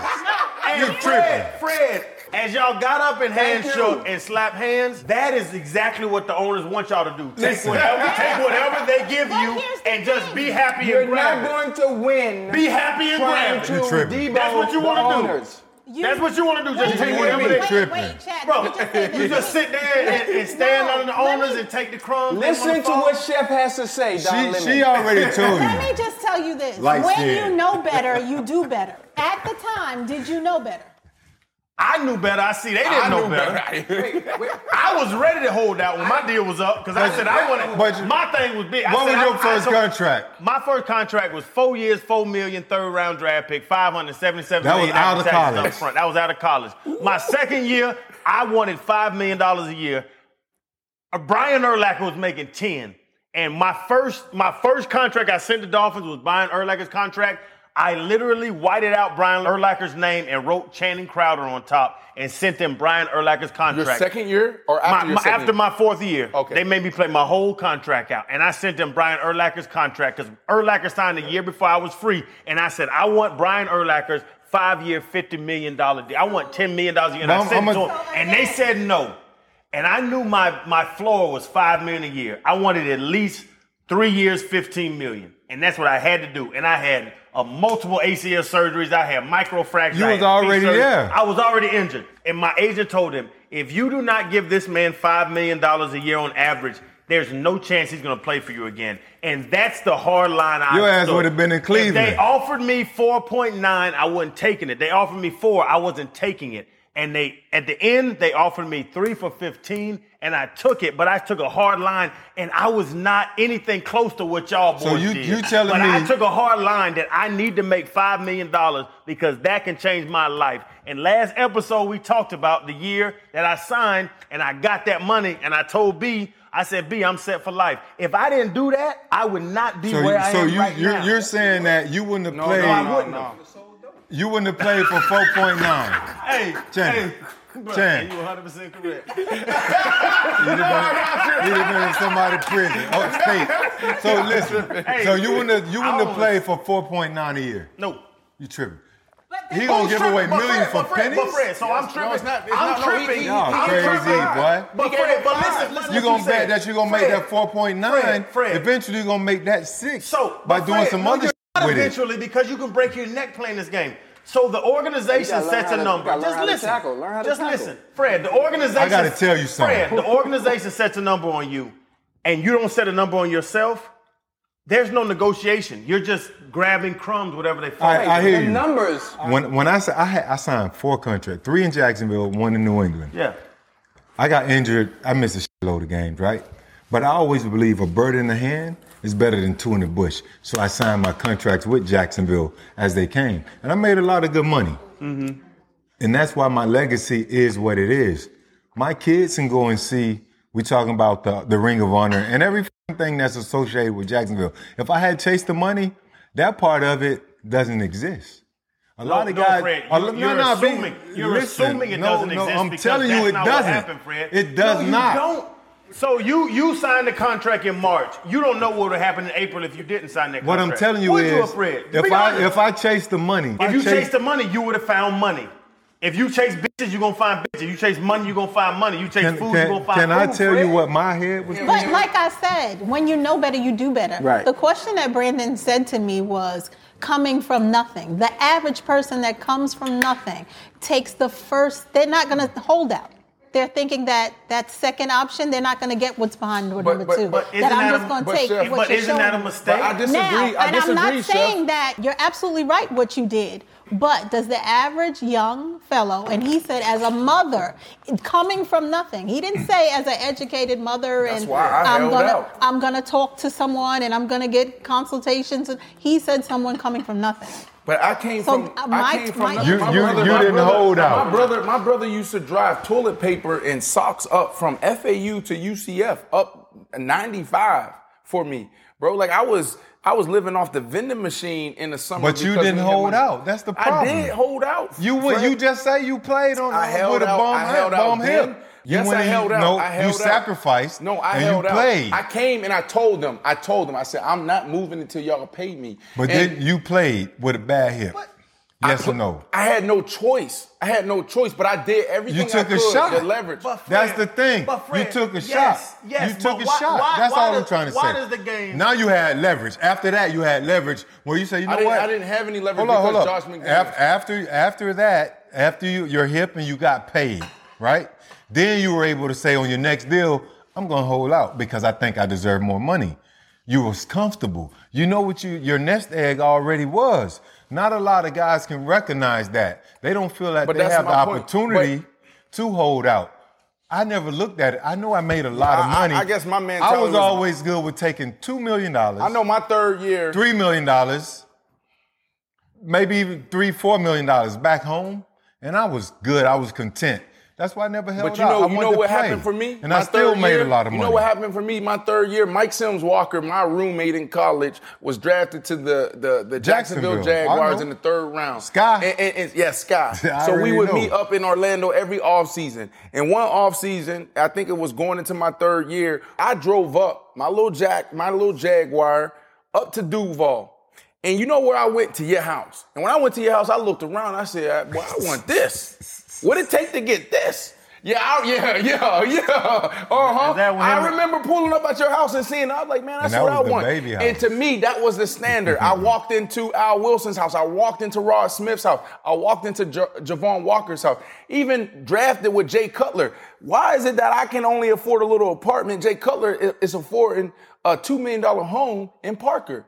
Speaker 2: and
Speaker 5: You're
Speaker 2: Fred, Fred, as y'all got up and hand shook and slapped hands, that is exactly what the owners want y'all to do. Take
Speaker 3: Listen.
Speaker 2: whatever, take whatever they give you and just be happy
Speaker 3: You're
Speaker 2: and grab it.
Speaker 3: not going to win.
Speaker 2: Be happy and
Speaker 3: trying
Speaker 2: grab it.
Speaker 3: to
Speaker 5: You're tripping.
Speaker 3: debone
Speaker 2: That's what you
Speaker 3: the
Speaker 2: want to
Speaker 3: owners.
Speaker 2: do. That's what you want to do. Just take whatever they
Speaker 5: You're
Speaker 6: Wait,
Speaker 5: tripping.
Speaker 6: wait, Chad.
Speaker 2: Bro,
Speaker 6: let me just say this.
Speaker 2: you just sit there and, and stand
Speaker 6: No,
Speaker 2: under the
Speaker 6: let
Speaker 2: owners
Speaker 6: me-
Speaker 2: and take the crumbs. they
Speaker 3: Listen
Speaker 2: wanna
Speaker 3: to
Speaker 2: follow.
Speaker 3: what Chef has to say, Don
Speaker 5: She,
Speaker 3: Lemon.
Speaker 5: she already told
Speaker 6: Let
Speaker 5: you.
Speaker 6: me just tell you this.
Speaker 5: Light
Speaker 6: when
Speaker 5: skin.
Speaker 6: you know better, you do better. At the time, did you know better?
Speaker 2: I knew better. I see they didn't know better. I was ready to hold out when my deal was up because I said I wanted.
Speaker 5: But you-
Speaker 2: my thing was big. I
Speaker 5: What was
Speaker 2: said, I-
Speaker 5: your
Speaker 2: I
Speaker 5: first
Speaker 2: told-
Speaker 5: contract?
Speaker 2: My first contract was four years, four million, third round draft pick, five hundred seventy-seven.
Speaker 5: That was out of college.
Speaker 2: Up front. That was out of college. My second year, I wanted five million dollars a year. Uh, Brian Urlacher was making ten, and my first my first contract I sent the Dolphins was Brian Urlacher's contract. I literally whited out Brian Urlacher's name and wrote Channing Crowder on top and sent them Brian Urlacher's
Speaker 1: Your
Speaker 2: contract.
Speaker 1: second year or after
Speaker 2: My-
Speaker 1: your
Speaker 2: my-
Speaker 1: second
Speaker 2: after
Speaker 1: year?
Speaker 2: my fourth year,
Speaker 1: Okay.
Speaker 2: they made me play my whole contract out, and I sent them Brian Urlacher's contract because Urlacher signed a year before I was free, and I said I want Brian Urlacher's five-year, fifty million dollar deal. I want ten million dollars a year, and
Speaker 5: Mom,
Speaker 2: I sent
Speaker 5: I'm
Speaker 2: it
Speaker 5: a-
Speaker 2: to them, and they said no, and I knew my my floor was five million a year. I wanted at least three years, fifteen million, and that's what I had to do, and I had. uh, multiple ACL surgeries. I had microfractures.
Speaker 5: You was
Speaker 2: I had knee
Speaker 5: already
Speaker 2: surgery.
Speaker 5: there.
Speaker 2: I was already injured, and my agent told him, if you do not give this man five million dollars a year on average, there's no chance he's going to play for you again. And that's the hard line. I
Speaker 5: Your ass
Speaker 2: stood.
Speaker 5: would've been in
Speaker 2: If they
Speaker 5: Cleveland.
Speaker 2: offered me four point nine, I wasn't taking it. They offered me four, I wasn't taking it. And they at the end they offered me three for fifteen, and I took it. But I took a hard line, and I was not anything close to what y'all boys
Speaker 5: So you-
Speaker 2: did.
Speaker 5: you telling
Speaker 2: but I
Speaker 5: me-
Speaker 2: took took a hard line that I need to make five million dollars because that can change my life. And last episode we talked about the year that I signed and I got that money and I told B, I said B, I'm set for life. If I didn't do that, I would not be
Speaker 5: So,
Speaker 2: where
Speaker 5: you,
Speaker 2: I
Speaker 5: so
Speaker 2: am
Speaker 5: you,
Speaker 2: right
Speaker 5: you're,
Speaker 2: now.
Speaker 5: you're saying that you wouldn't have
Speaker 1: No,
Speaker 5: played.
Speaker 1: no, I wouldn't
Speaker 5: You wouldn't have played for four point nine.
Speaker 2: hey,
Speaker 5: Channing.
Speaker 2: Bro,
Speaker 5: Channing.
Speaker 2: you 100 percent correct.
Speaker 5: You'd have been, you'd have been in somebody's prison upstate. Oh, So listen. so you wouldn't have, you wouldn't have
Speaker 2: I
Speaker 5: played for four point nine a year.
Speaker 2: No.
Speaker 5: You tripping?
Speaker 6: But
Speaker 5: He
Speaker 6: they-
Speaker 5: gonna give away
Speaker 2: But Fred,
Speaker 5: millions for
Speaker 2: but Fred, but
Speaker 5: pennies?
Speaker 2: Fred, so I'm tripping.
Speaker 1: it's not- it's
Speaker 2: I'm
Speaker 1: not- no, he-
Speaker 2: tripping.
Speaker 1: he-
Speaker 5: Y'all
Speaker 2: I'm
Speaker 5: crazy,
Speaker 2: tripping.
Speaker 5: boy.
Speaker 2: But Fred, but listen, listen
Speaker 5: You
Speaker 2: what
Speaker 5: gonna
Speaker 2: you
Speaker 5: bet
Speaker 2: said.
Speaker 5: that you're gonna make
Speaker 2: Fred,
Speaker 5: that four point nine.
Speaker 2: Fred, Fred.
Speaker 5: Eventually, you're gonna make that six
Speaker 2: So
Speaker 5: by
Speaker 2: but
Speaker 5: doing
Speaker 2: Fred,
Speaker 5: some
Speaker 2: no,
Speaker 5: other
Speaker 2: you're
Speaker 5: shit
Speaker 2: not
Speaker 5: with it.
Speaker 2: eventually because you can break your neck playing this game. So the organization
Speaker 3: You gotta learn
Speaker 2: sets
Speaker 3: how
Speaker 2: a
Speaker 3: to-
Speaker 2: number.
Speaker 3: you gotta learn
Speaker 2: Just
Speaker 3: how to
Speaker 2: listen.
Speaker 3: tackle. Learn how to
Speaker 2: Just
Speaker 3: tackle.
Speaker 2: listen, Fred. The organization.
Speaker 5: I gotta tell you something.
Speaker 2: Fred, the organization sets a number on you, and you don't set a number on yourself. There's no negotiation. You're just grabbing crumbs, whatever they
Speaker 5: I,
Speaker 2: find.
Speaker 5: I hear
Speaker 3: the
Speaker 5: you.
Speaker 3: numbers.
Speaker 5: When when I said I had I signed four contracts, three in Jacksonville, one in New England.
Speaker 2: yeah.
Speaker 5: I got injured. I missed a shitload of games, right? But I always believe a bird in the hand is better than two in the bush. So I signed my contracts with Jacksonville as they came, and I made a lot of good money. And that's why my legacy is what it is. My kids can go and see. We talking about the the Ring of Honor and every f***ing thing that's associated with Jacksonville. If I had chased the money, that part of it doesn't exist. A lot of
Speaker 2: no,
Speaker 5: guys.
Speaker 2: Fred,
Speaker 5: a
Speaker 2: you-
Speaker 5: lo- no,
Speaker 2: you're
Speaker 5: no, be-
Speaker 2: assuming- you're assuming it
Speaker 5: no,
Speaker 2: doesn't
Speaker 5: no,
Speaker 2: exist
Speaker 5: I'm
Speaker 2: because
Speaker 5: telling
Speaker 2: that's
Speaker 5: you, it
Speaker 2: not what
Speaker 5: doesn't.
Speaker 2: happened, Fred.
Speaker 5: It does
Speaker 2: No, you
Speaker 5: not.
Speaker 2: don't. So you you signed the contract in March. You don't know what would happen in April if you didn't sign that
Speaker 5: What
Speaker 2: contract.
Speaker 5: I'm telling you
Speaker 2: Would
Speaker 5: is,
Speaker 2: you have, Fred?
Speaker 5: if
Speaker 2: Be
Speaker 5: I
Speaker 2: honest.
Speaker 5: if I chase the money, I
Speaker 2: If you
Speaker 5: chase-
Speaker 2: chase the money, you would have found money. If you chase bitches, you're gonna find bitches. You chase money, you're gonna find money. You chase
Speaker 5: can,
Speaker 2: food,
Speaker 5: can-
Speaker 2: you're gonna find
Speaker 5: can
Speaker 2: food.
Speaker 5: I tell
Speaker 2: Fred.
Speaker 5: you what my head was?
Speaker 6: But like I said, when you know better, you do better.
Speaker 3: Right.
Speaker 6: The question that Brandon said to me was coming from nothing. The average person that comes from nothing takes the first, they're not going to hold out. They're thinking that that second option, they're not going to get what's behind door
Speaker 1: But-
Speaker 6: number
Speaker 1: but-
Speaker 6: two.
Speaker 1: but
Speaker 6: that I'm
Speaker 1: isn't
Speaker 6: just
Speaker 1: that a-
Speaker 6: going to
Speaker 1: but
Speaker 6: take
Speaker 1: Chef-
Speaker 6: what
Speaker 2: But
Speaker 6: you're
Speaker 2: isn't
Speaker 6: showing
Speaker 2: that a
Speaker 6: me.
Speaker 2: mistake?
Speaker 1: But I disagree.
Speaker 6: Now,
Speaker 1: I
Speaker 6: and
Speaker 1: disagree,
Speaker 6: I'm not
Speaker 1: Chef.
Speaker 6: saying that you're absolutely right what you did, but does the average young fellow, and he said as a mother, coming from nothing, he didn't say as an educated mother
Speaker 1: That's
Speaker 6: and
Speaker 1: why I
Speaker 6: am
Speaker 1: held
Speaker 6: gonna
Speaker 1: out.
Speaker 6: I'm gonna talk to someone and I'm gonna get consultations. He said someone coming from nothing.
Speaker 1: But I came
Speaker 6: So,
Speaker 1: from.
Speaker 6: uh,
Speaker 1: I
Speaker 6: my-
Speaker 1: came from.
Speaker 6: my-
Speaker 1: nothing.
Speaker 6: You-
Speaker 1: My
Speaker 5: you- you
Speaker 1: my
Speaker 5: didn't hold out.
Speaker 1: My brother, my brother used to drive toilet paper and socks up from FAU to UCF, up 95 for me, bro. Like I was, I was living off the vending machine in the summer.
Speaker 5: But you
Speaker 1: because
Speaker 5: didn't
Speaker 1: we had
Speaker 5: hold
Speaker 1: money.
Speaker 5: out. That's the
Speaker 1: I
Speaker 5: problem.
Speaker 1: did hold out.
Speaker 5: You went,
Speaker 1: Fred.
Speaker 5: you just say you played on um,
Speaker 1: I held
Speaker 5: with a
Speaker 1: out.
Speaker 5: bum,
Speaker 1: I held out
Speaker 5: bum
Speaker 1: then.
Speaker 5: hip.
Speaker 1: Yes,
Speaker 5: went
Speaker 1: I
Speaker 5: and
Speaker 1: held
Speaker 5: you,
Speaker 1: out.
Speaker 5: No,
Speaker 1: I held
Speaker 5: you
Speaker 1: out.
Speaker 5: sacrificed.
Speaker 1: No, I
Speaker 5: and
Speaker 1: held
Speaker 5: you
Speaker 1: out.
Speaker 5: played.
Speaker 1: I came and I told them. I told them. I said, I'm not moving until y'all pay me.
Speaker 5: But
Speaker 1: And-
Speaker 5: then you played with a bad hip. Yes
Speaker 1: I
Speaker 5: or no?
Speaker 1: I had no choice. I had no choice, but I did everything
Speaker 5: You took
Speaker 1: I
Speaker 5: a
Speaker 1: could
Speaker 5: shot.
Speaker 1: to leverage.
Speaker 2: But
Speaker 5: That's the
Speaker 2: Fred,
Speaker 5: thing.
Speaker 2: but Fred,
Speaker 5: you took a
Speaker 2: yes,
Speaker 5: shot.
Speaker 2: yes,
Speaker 5: you took
Speaker 2: but
Speaker 5: a
Speaker 2: why-
Speaker 5: shot.
Speaker 2: why-
Speaker 5: That's
Speaker 2: why
Speaker 5: all I'm
Speaker 2: does-
Speaker 5: trying to say.
Speaker 2: why does the game-
Speaker 5: Now you had leverage. After that, you had leverage where you say, you know
Speaker 1: I didn't-
Speaker 5: what?
Speaker 1: I didn't have any leverage
Speaker 5: Hold on,
Speaker 1: because
Speaker 5: hold on.
Speaker 1: Josh McDaniels-
Speaker 5: Af- After after that, after you you're hip and you got paid, right? Then you were able to say on your next deal, I'm gonna hold out because I think I deserve more money. You was comfortable. You know what you your nest egg already was. Not a lot of guys can recognize that. They don't feel that
Speaker 1: But
Speaker 5: they
Speaker 1: that's
Speaker 5: have the
Speaker 1: my point.
Speaker 5: opportunity
Speaker 1: But-
Speaker 5: to hold out. I never looked at it. I know I made a lot of
Speaker 1: I- I-
Speaker 5: money.
Speaker 1: I guess my mentality
Speaker 5: I was
Speaker 1: was-
Speaker 5: always good with taking two million dollars.
Speaker 1: I know my third year.
Speaker 5: three million dollars, maybe even three, four million dollars back home, and I was good. I was content. That's why I never held
Speaker 1: But you
Speaker 5: out. I
Speaker 1: know, you
Speaker 5: wanted
Speaker 1: know
Speaker 5: to
Speaker 1: what
Speaker 5: play.
Speaker 1: happened for me?
Speaker 5: and
Speaker 1: My
Speaker 5: I still
Speaker 1: third
Speaker 5: made
Speaker 1: year?
Speaker 5: a lot of money.
Speaker 1: You know what happened for me? My third year, Mike Sims Walker, my roommate in college, was drafted to the the, the Jacksonville,
Speaker 5: Jacksonville. I
Speaker 1: Jaguars
Speaker 5: know.
Speaker 1: in the third round.
Speaker 5: Sky.
Speaker 1: And, and, and- yeah, Sky.
Speaker 5: I
Speaker 1: so we
Speaker 5: already
Speaker 1: would
Speaker 5: know.
Speaker 1: meet up in Orlando every offseason. And one offseason, I think it was going into my third year, I drove up my little Jack, my little Jaguar, up to Duval. And you know where I went to your house. And when I went to your house, I looked around. I said, "Well, I want this. What it take to get this?" Yeah, I, yeah, yeah, yeah. Uh huh.
Speaker 2: Is that when
Speaker 1: I
Speaker 2: him-
Speaker 1: remember pulling up at your house and seeing. I was like, "Man, that's
Speaker 5: that
Speaker 1: what
Speaker 5: was
Speaker 1: I
Speaker 5: the
Speaker 1: want."
Speaker 5: baby house.
Speaker 1: And to me, that was the standard. I walked into Al Wilson's house. I walked into Rod Smith's house. I walked into J- Javon Walker's house. Even drafted with Jay Cutler. Why is it that I can only afford a little apartment? Jay Cutler i- is affording a two million dollar home in Parker.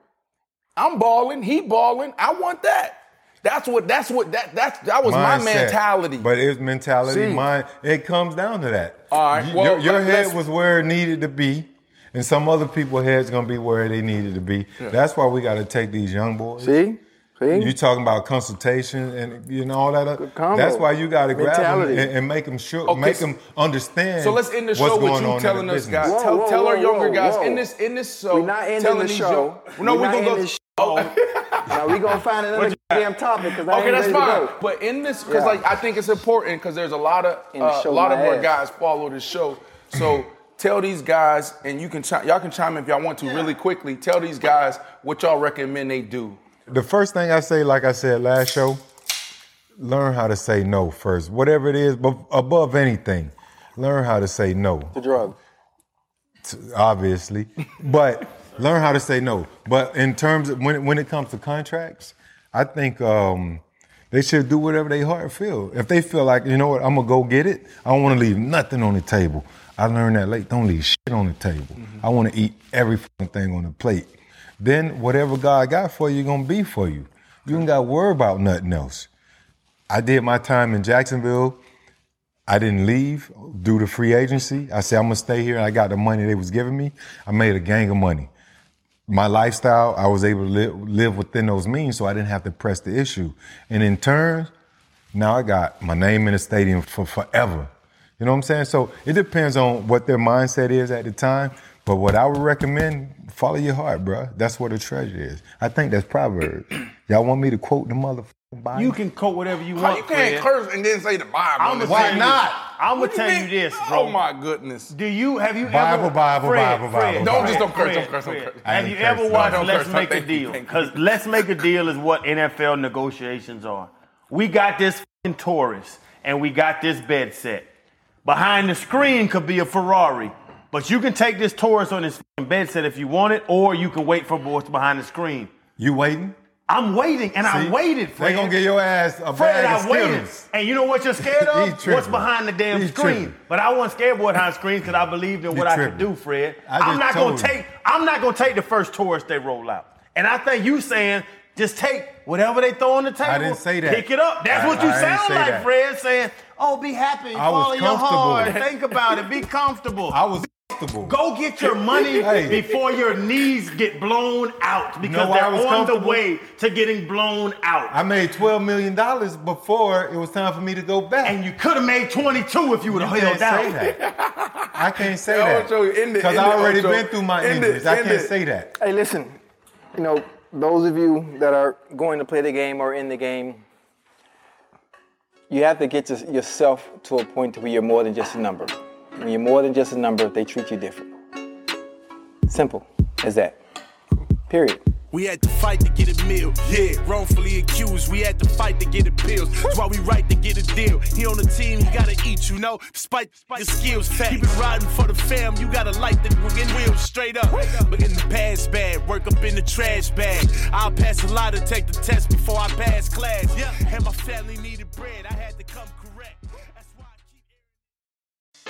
Speaker 1: I'm balling. He balling. I want that. That's what. That's what. That. That's that was
Speaker 5: Mindset.
Speaker 1: my mentality.
Speaker 5: But it's mentality,
Speaker 1: See.
Speaker 5: mind. It comes down to that.
Speaker 1: All right,
Speaker 5: You-
Speaker 1: well,
Speaker 5: your, your
Speaker 1: let-
Speaker 5: head
Speaker 1: let's-
Speaker 5: was where it needed to be, and some other people's heads gonna be where they needed to be. That's why we got to take these young boys.
Speaker 3: See? See?
Speaker 5: You talking about consultation and you know all that. other-
Speaker 3: Good combo.
Speaker 5: That's why you got to grab them
Speaker 3: Mentality.
Speaker 5: and, and make them sure,
Speaker 1: Okay,
Speaker 5: make
Speaker 1: so-
Speaker 5: them understand.
Speaker 1: So let's end the
Speaker 5: what's
Speaker 1: show
Speaker 5: going
Speaker 1: with
Speaker 5: on
Speaker 1: you
Speaker 5: in their
Speaker 1: telling us,
Speaker 5: business.
Speaker 1: guys.
Speaker 3: Whoa,
Speaker 1: tell
Speaker 3: whoa,
Speaker 1: tell our
Speaker 3: whoa,
Speaker 1: younger
Speaker 3: whoa,
Speaker 1: guys
Speaker 3: whoa.
Speaker 1: in this in this show.
Speaker 3: We're not ending
Speaker 1: telling
Speaker 3: the
Speaker 1: these
Speaker 3: show.
Speaker 1: young- no,
Speaker 3: we're
Speaker 1: we're
Speaker 3: not
Speaker 1: gonna
Speaker 3: ending
Speaker 1: go. Oh.
Speaker 3: the show. now we gonna find another damn topic because I
Speaker 1: Okay,
Speaker 3: ain't
Speaker 1: that's
Speaker 3: ready to
Speaker 1: fine.
Speaker 3: go.
Speaker 1: But in this, because
Speaker 3: Yeah.
Speaker 1: like I think it's important because there's a lot of
Speaker 3: In the
Speaker 1: uh, a
Speaker 3: show,
Speaker 1: lot of
Speaker 3: my
Speaker 1: our
Speaker 3: ass.
Speaker 1: guys follow the show. So tell these guys, and you can chi- y'all can chime in if y'all want to really quickly. Tell these guys what y'all recommend they do.
Speaker 5: The first thing I say, like I said last show, learn how to say no first. Whatever it is, but above anything, learn how to say no.
Speaker 3: The drug.
Speaker 5: obviously. But learn how to say no. But in terms of when when it comes to contracts, I think um, they should do whatever they heart feel. If they feel like you know what, I'm gonna go get it. I don't want to leave nothing on the table. I learned that late. Don't leave shit on the table. I want to eat every fucking thing on the plate. Then whatever God got for you, gonna be for you. You ain't got to worry about nothing else. I did my time in Jacksonville. I didn't leave due to free agency. I said I'm gonna stay here. I got the money they was giving me. I made a gang of money. My lifestyle, I was able to live, live within those means, so I didn't have to press the issue. And in turn, now I got my name in the stadium for forever. You know what I'm saying? So it depends on what their mindset is at the time. But what I would recommend, follow your heart, bruh. That's where the treasure is. I think that's Proverbs. Y'all want me to quote the motherfucking Bible?
Speaker 2: You can quote whatever you
Speaker 1: How
Speaker 2: want.
Speaker 1: you can't
Speaker 2: Fred.
Speaker 1: curse and then say the Bible?
Speaker 2: I'ma
Speaker 5: Why
Speaker 2: tell you-
Speaker 5: not?
Speaker 2: I'm
Speaker 1: What
Speaker 2: gonna
Speaker 1: do
Speaker 2: tell you
Speaker 1: mean?
Speaker 2: this, bro.
Speaker 1: Oh my goodness.
Speaker 2: Do you have you
Speaker 5: Bible,
Speaker 2: ever
Speaker 5: Bible,
Speaker 2: Fred,
Speaker 5: Bible, Bible,
Speaker 2: Fred, Fred,
Speaker 5: Bible. Don't just
Speaker 1: don't curse,
Speaker 2: Fred,
Speaker 1: don't curse, don't
Speaker 2: Fred.
Speaker 1: curse.
Speaker 5: I
Speaker 2: Have
Speaker 5: ain't
Speaker 2: you ever
Speaker 5: cursing.
Speaker 2: watched
Speaker 5: Don't
Speaker 2: Let's
Speaker 1: curse,
Speaker 2: Make a
Speaker 1: thank you,
Speaker 2: Deal?
Speaker 1: thank you.
Speaker 2: Because Let's Make a Deal is what NFL negotiations are. We got this fing Taurus and we got this bed set. Behind the screen could be a Ferrari, but you can take this Taurus on this fing bed set if you want it, or you can wait for what's behind the screen.
Speaker 5: you waiting?
Speaker 2: I'm waiting, and I
Speaker 5: See?
Speaker 2: waited, Fred.
Speaker 5: They gonna get your ass a
Speaker 2: Fred,
Speaker 5: bag of
Speaker 2: I waited.
Speaker 5: Skittles.
Speaker 2: And you know what you're scared
Speaker 5: He
Speaker 2: of? What's
Speaker 5: tripping.
Speaker 2: behind the damn
Speaker 5: He
Speaker 2: screen.
Speaker 5: tripping.
Speaker 2: But I wasn't scared of what behind screens because I believed in
Speaker 5: He
Speaker 2: what I could
Speaker 5: tripping.
Speaker 2: do, Fred.
Speaker 5: I just
Speaker 2: I'm not gonna
Speaker 5: told you.
Speaker 2: take I'm not gonna take the first tourist they roll out. And I think you saying just take whatever they throw on the table.
Speaker 5: didn't say that.
Speaker 2: Pick it up. That's
Speaker 5: I-
Speaker 2: what you
Speaker 5: I didn't
Speaker 2: sound
Speaker 5: say
Speaker 2: like,
Speaker 5: that.
Speaker 2: Fred, saying, oh, be happy,
Speaker 5: I was
Speaker 2: follow your
Speaker 5: comfortable.
Speaker 2: heart, think about it, be comfortable.
Speaker 5: I was comfortable.
Speaker 2: Go get your money
Speaker 5: Hey.
Speaker 2: before your knees get blown out because
Speaker 5: know why I was
Speaker 2: they're on the
Speaker 5: comfortable?
Speaker 2: way to getting blown out.
Speaker 5: I made twelve million dollars before it was time for me to go back.
Speaker 2: And you could have made 22 if you would
Speaker 5: You
Speaker 2: have
Speaker 5: can't
Speaker 2: held
Speaker 5: say
Speaker 2: out.
Speaker 5: that. I can't say
Speaker 1: Yeah,
Speaker 5: that
Speaker 1: Ocho, end it,
Speaker 5: because
Speaker 1: end
Speaker 5: I
Speaker 1: it,
Speaker 5: already
Speaker 1: Ocho.
Speaker 5: been through my
Speaker 1: End it,
Speaker 5: injuries. I
Speaker 1: end
Speaker 5: can't
Speaker 1: it.
Speaker 5: say that.
Speaker 3: Hey, listen, you know, those of you that are going to play the game or in the game, you have to get your- yourself to a point where you're more than just a number. When you're more than just a number, they treat you different. Simple as that. Period.
Speaker 4: We had to fight to get a meal. Yeah, wrongfully accused. We had to fight to get appeals. That's why we right to get a deal. He on the team, he gotta eat, you know. Spike, spike the skills, fat. Keep it riding for the fam. You gotta light the in wheels straight up. But in the past bag, work up in the trash bag. I'll pass a lot to take the test before I pass class. Yeah, and my family needed bread. I had to come correct. That's why I keep.